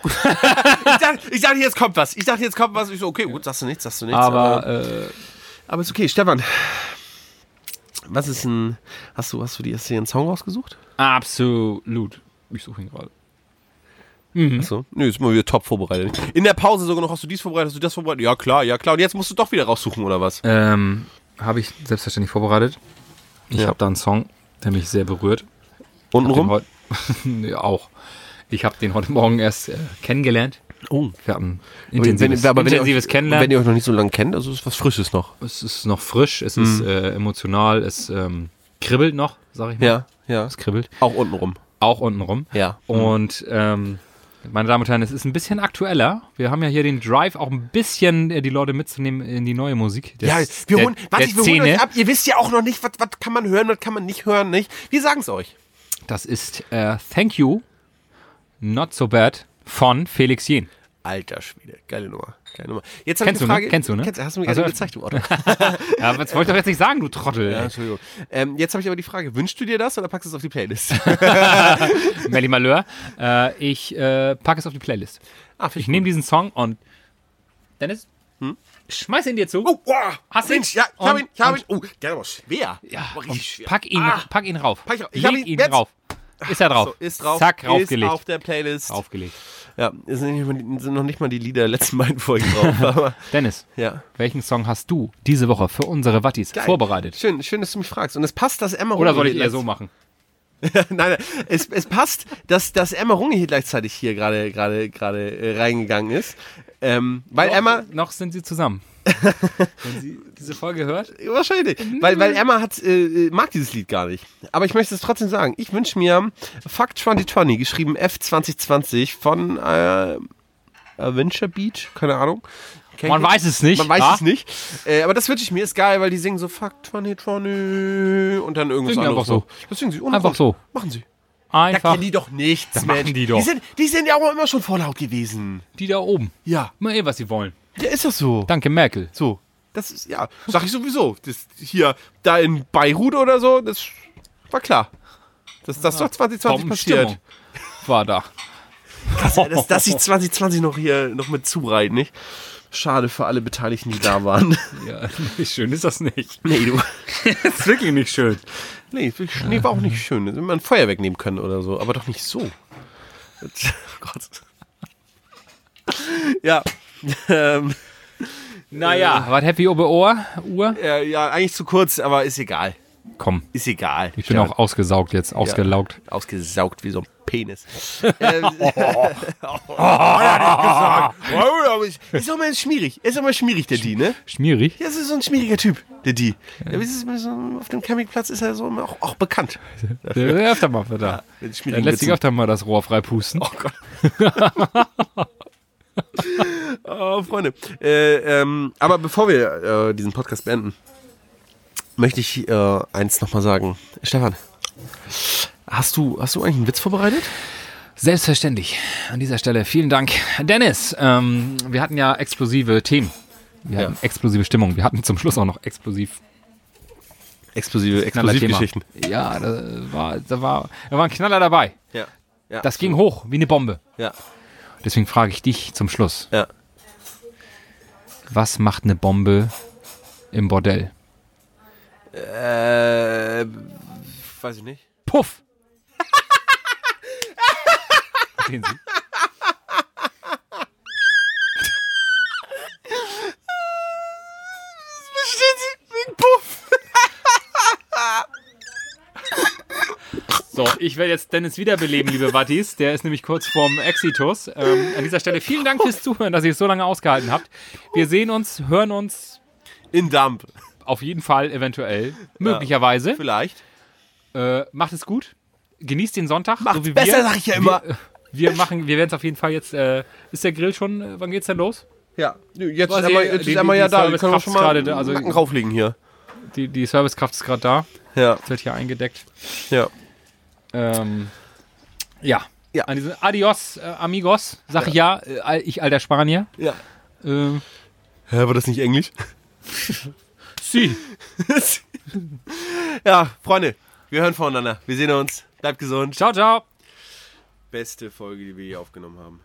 Ich dachte, ich dachte, jetzt kommt was. Ich dachte, jetzt kommt was. Ich so, okay, gut, sagst du nichts, sagst du nichts. Aber äh, aber ist okay. Stefan, was ist denn. Hast du, hast du dir hast du dir einen Song rausgesucht? absolut. Ich suche ihn gerade. Hm? Achso. Nö, ist mal wieder top vorbereitet. In der Pause sogar noch, hast du dies vorbereitet, hast du das vorbereitet? Ja, klar, ja, klar. Und jetzt musst du doch wieder raussuchen, oder was? Ähm, habe ich selbstverständlich vorbereitet. Ich Ja. habe da einen Song, der mich sehr berührt. Den Untenrum? heut- <laughs> nee, auch. Ich habe den heute Morgen erst äh, kennengelernt. Oh. Wir hatten intensives, intensives euch, Kennenlernen. Wenn ihr euch noch nicht so lange kennt, also ist was Frisches noch. es ist noch frisch, es ist Hm. äh, emotional, es ähm, kribbelt noch, sag ich mal. Ja, ja. Es kribbelt. Auch untenrum. Auch unten rum. Ja. Und ähm, meine Damen und Herren, es ist ein bisschen aktueller. Wir haben ja hier den Drive, auch ein bisschen äh, die Leute mitzunehmen in die neue Musik. des- Ja, wir der- holen, warte, der wir holen Szene. euch ab. Ihr wisst ja auch noch nicht, was, was kann man hören, was kann man nicht hören, nicht? Wir sagen es euch. Das ist äh, Thank You, Not So Bad von Felix Jen. Alter Schwede, geile Nummer, geile Nummer. Jetzt hab Kennst ich du, eine ne? Frage. Kennst du, ne? hast du mir Also- gerade gezeigt, du Otto. Ja, das wollte ich doch jetzt nicht sagen, du Trottel. ja, Entschuldigung. Ähm, jetzt habe ich aber die Frage, wünschst du dir das oder packst du es auf die Playlist? <laughs> Melly Malheur. Äh, ich äh, packe es auf die Playlist. Ah, find Ich gut. nehme diesen Song und Dennis, schmeiß ihn dir zu. Hm? Oh, wow. Hast du ihn? Mensch, ja, ich habe Und- ihn, ich habe und- ihn. Oh, der war schwer. Ja, war und richtig schwer. pack ihn, Ah. pack ihn rauf. Pack ich- ich hab Leg ihn ihn jetzt. drauf. Ist er drauf? So, ist drauf. Zack, ist raufgelegt. auf der Playlist. Raufgelegt. Ja, es sind, nicht mal die- sind noch nicht mal die Lieder der letzten beiden Folgen <laughs> drauf. aber, Dennis, ja. welchen Song hast du diese Woche für unsere Wattis Geil. vorbereitet? Schön, schön, dass du mich fragst. Und es passt, dass Emma Oder Runge soll ich hier eher gleich- so machen? <laughs> nein, nein, es, es passt, dass, dass Emma Runge hier gleichzeitig hier gerade gerade gerade äh, reingegangen ist. Ähm, weil Emma noch sind <laughs> sie zusammen. Wenn sie diese Folge hört, wahrscheinlich, weil, weil Emma hat äh, äh, mag dieses Lied gar nicht. Aber ich möchte es trotzdem sagen. Ich wünsche mir Fuck 2020 geschrieben F 2020 von äh, Adventure Beach, keine Ahnung. Kenn ich man nicht. weiß es nicht. Man weiß wa? es nicht. Äh, aber das wünsche ich mir, ist geil, weil die singen so Fuck 2020 und dann irgendwas Singen anderes. die einfach so. noch. Das singen sie ohne Einfach Grund. so. Machen sie. Da Einfach kennen die doch nichts, Da machen Mensch. die doch. Die sind, die sind ja auch immer schon voll laut gewesen. die da oben. Ja. Mal eh, was sie wollen. Ja, ist das so. Danke, Merkel. so. Das ist, ja, sag ich sowieso. Das hier, da in Beirut oder so, das war klar. Dass das doch 2020 passiert. Bombenstimmung war <laughs> da. <laughs> Ja, dass, dass <laughs> ich 2020 noch hier noch mit zureiten, nicht? Schade für alle Beteiligten, die da waren. Ja, schön ist das nicht. <laughs> nee, <laughs> du. ist wirklich nicht schön. Nee, ist wirklich- nee, war auch nicht schön. Hätte man ein Feuer wegnehmen können oder so, aber doch nicht so. <laughs> Oh Gott. Ja. <laughs> Ähm, Naja, was Happy Ober Ohr? Uhr? äh, ja, eigentlich zu kurz, aber ist egal. Komm, Ist egal. ich bin auch ausgesaugt jetzt, ausgelaugt. Ausgesaugt wie so ein Penis. <laughs> ähm, oh, hat <laughs> er nicht gesagt. Oh, aber ich- Ist auch mal schmierig. Ist auch mal schmierig, der Die, ne? Schmierig. Ja, das ist so ein schmieriger Typ, der Die. Ja. ist es, so, auf dem Campingplatz ist er so immer auch, auch bekannt. Der will Äh, öfter mal wieder. Mit Dann schmierigen lässt sich Witzen. öfter mal das <laughs> Rohr freipusten. Oh, Freunde. Äh, ähm, aber bevor wir äh, diesen Podcast beenden, möchte ich äh, eins nochmal sagen. Stefan, hast du, hast du eigentlich einen Witz vorbereitet? Selbstverständlich. An dieser Stelle vielen Dank. Dennis, ähm, wir hatten ja explosive Themen. Wir Ja. hatten explosive Stimmung. Wir hatten zum Schluss auch noch explosiv. Explosive Knallerthema. Ja, da war, da, war, da war ein Knaller dabei. Ja. ja. Das ging hoch wie eine Bombe. Ja. Deswegen frage ich dich zum Schluss. Ja. Was macht eine Bombe im Bordell? Äh, weiß ich nicht. Puff! Sehen Sie? Verstehen Sie? Wegen Puff. So, ich werde jetzt Dennis wiederbeleben, liebe Wattis. Der ist nämlich kurz vorm Exitus. Ähm, an dieser Stelle vielen Dank fürs Zuhören, dass ihr es so lange ausgehalten habt. Wir sehen uns, hören uns In Dump. auf jeden Fall eventuell, möglicherweise. Vielleicht. Äh, macht es gut. Genießt den Sonntag. so wie besser, wir. sag ich ja immer. Wir, wir machen, wir werden es auf jeden Fall jetzt. Äh, ist der Grill schon? äh, Wann geht's denn los? Ja, jetzt Weiß ist Emma, ich, jetzt die- ist Emma die- ja die da. Wir Service können auch schon kraft's mal gerade da, also also- Nacken rauflegen hier. Die, die Servicekraft ist gerade da. Ja, Es wird hier eingedeckt. ja. Ähm, ja. Ja. An diesen Adios, äh, amigos, sag ich ja, äh, al- ich alter Spanier. ja. Äh, Hä, war das nicht Englisch? Sie. ja, Freunde, wir hören voneinander. Wir sehen uns. Bleibt gesund. Ciao, ciao. Beste Folge, die wir je aufgenommen haben.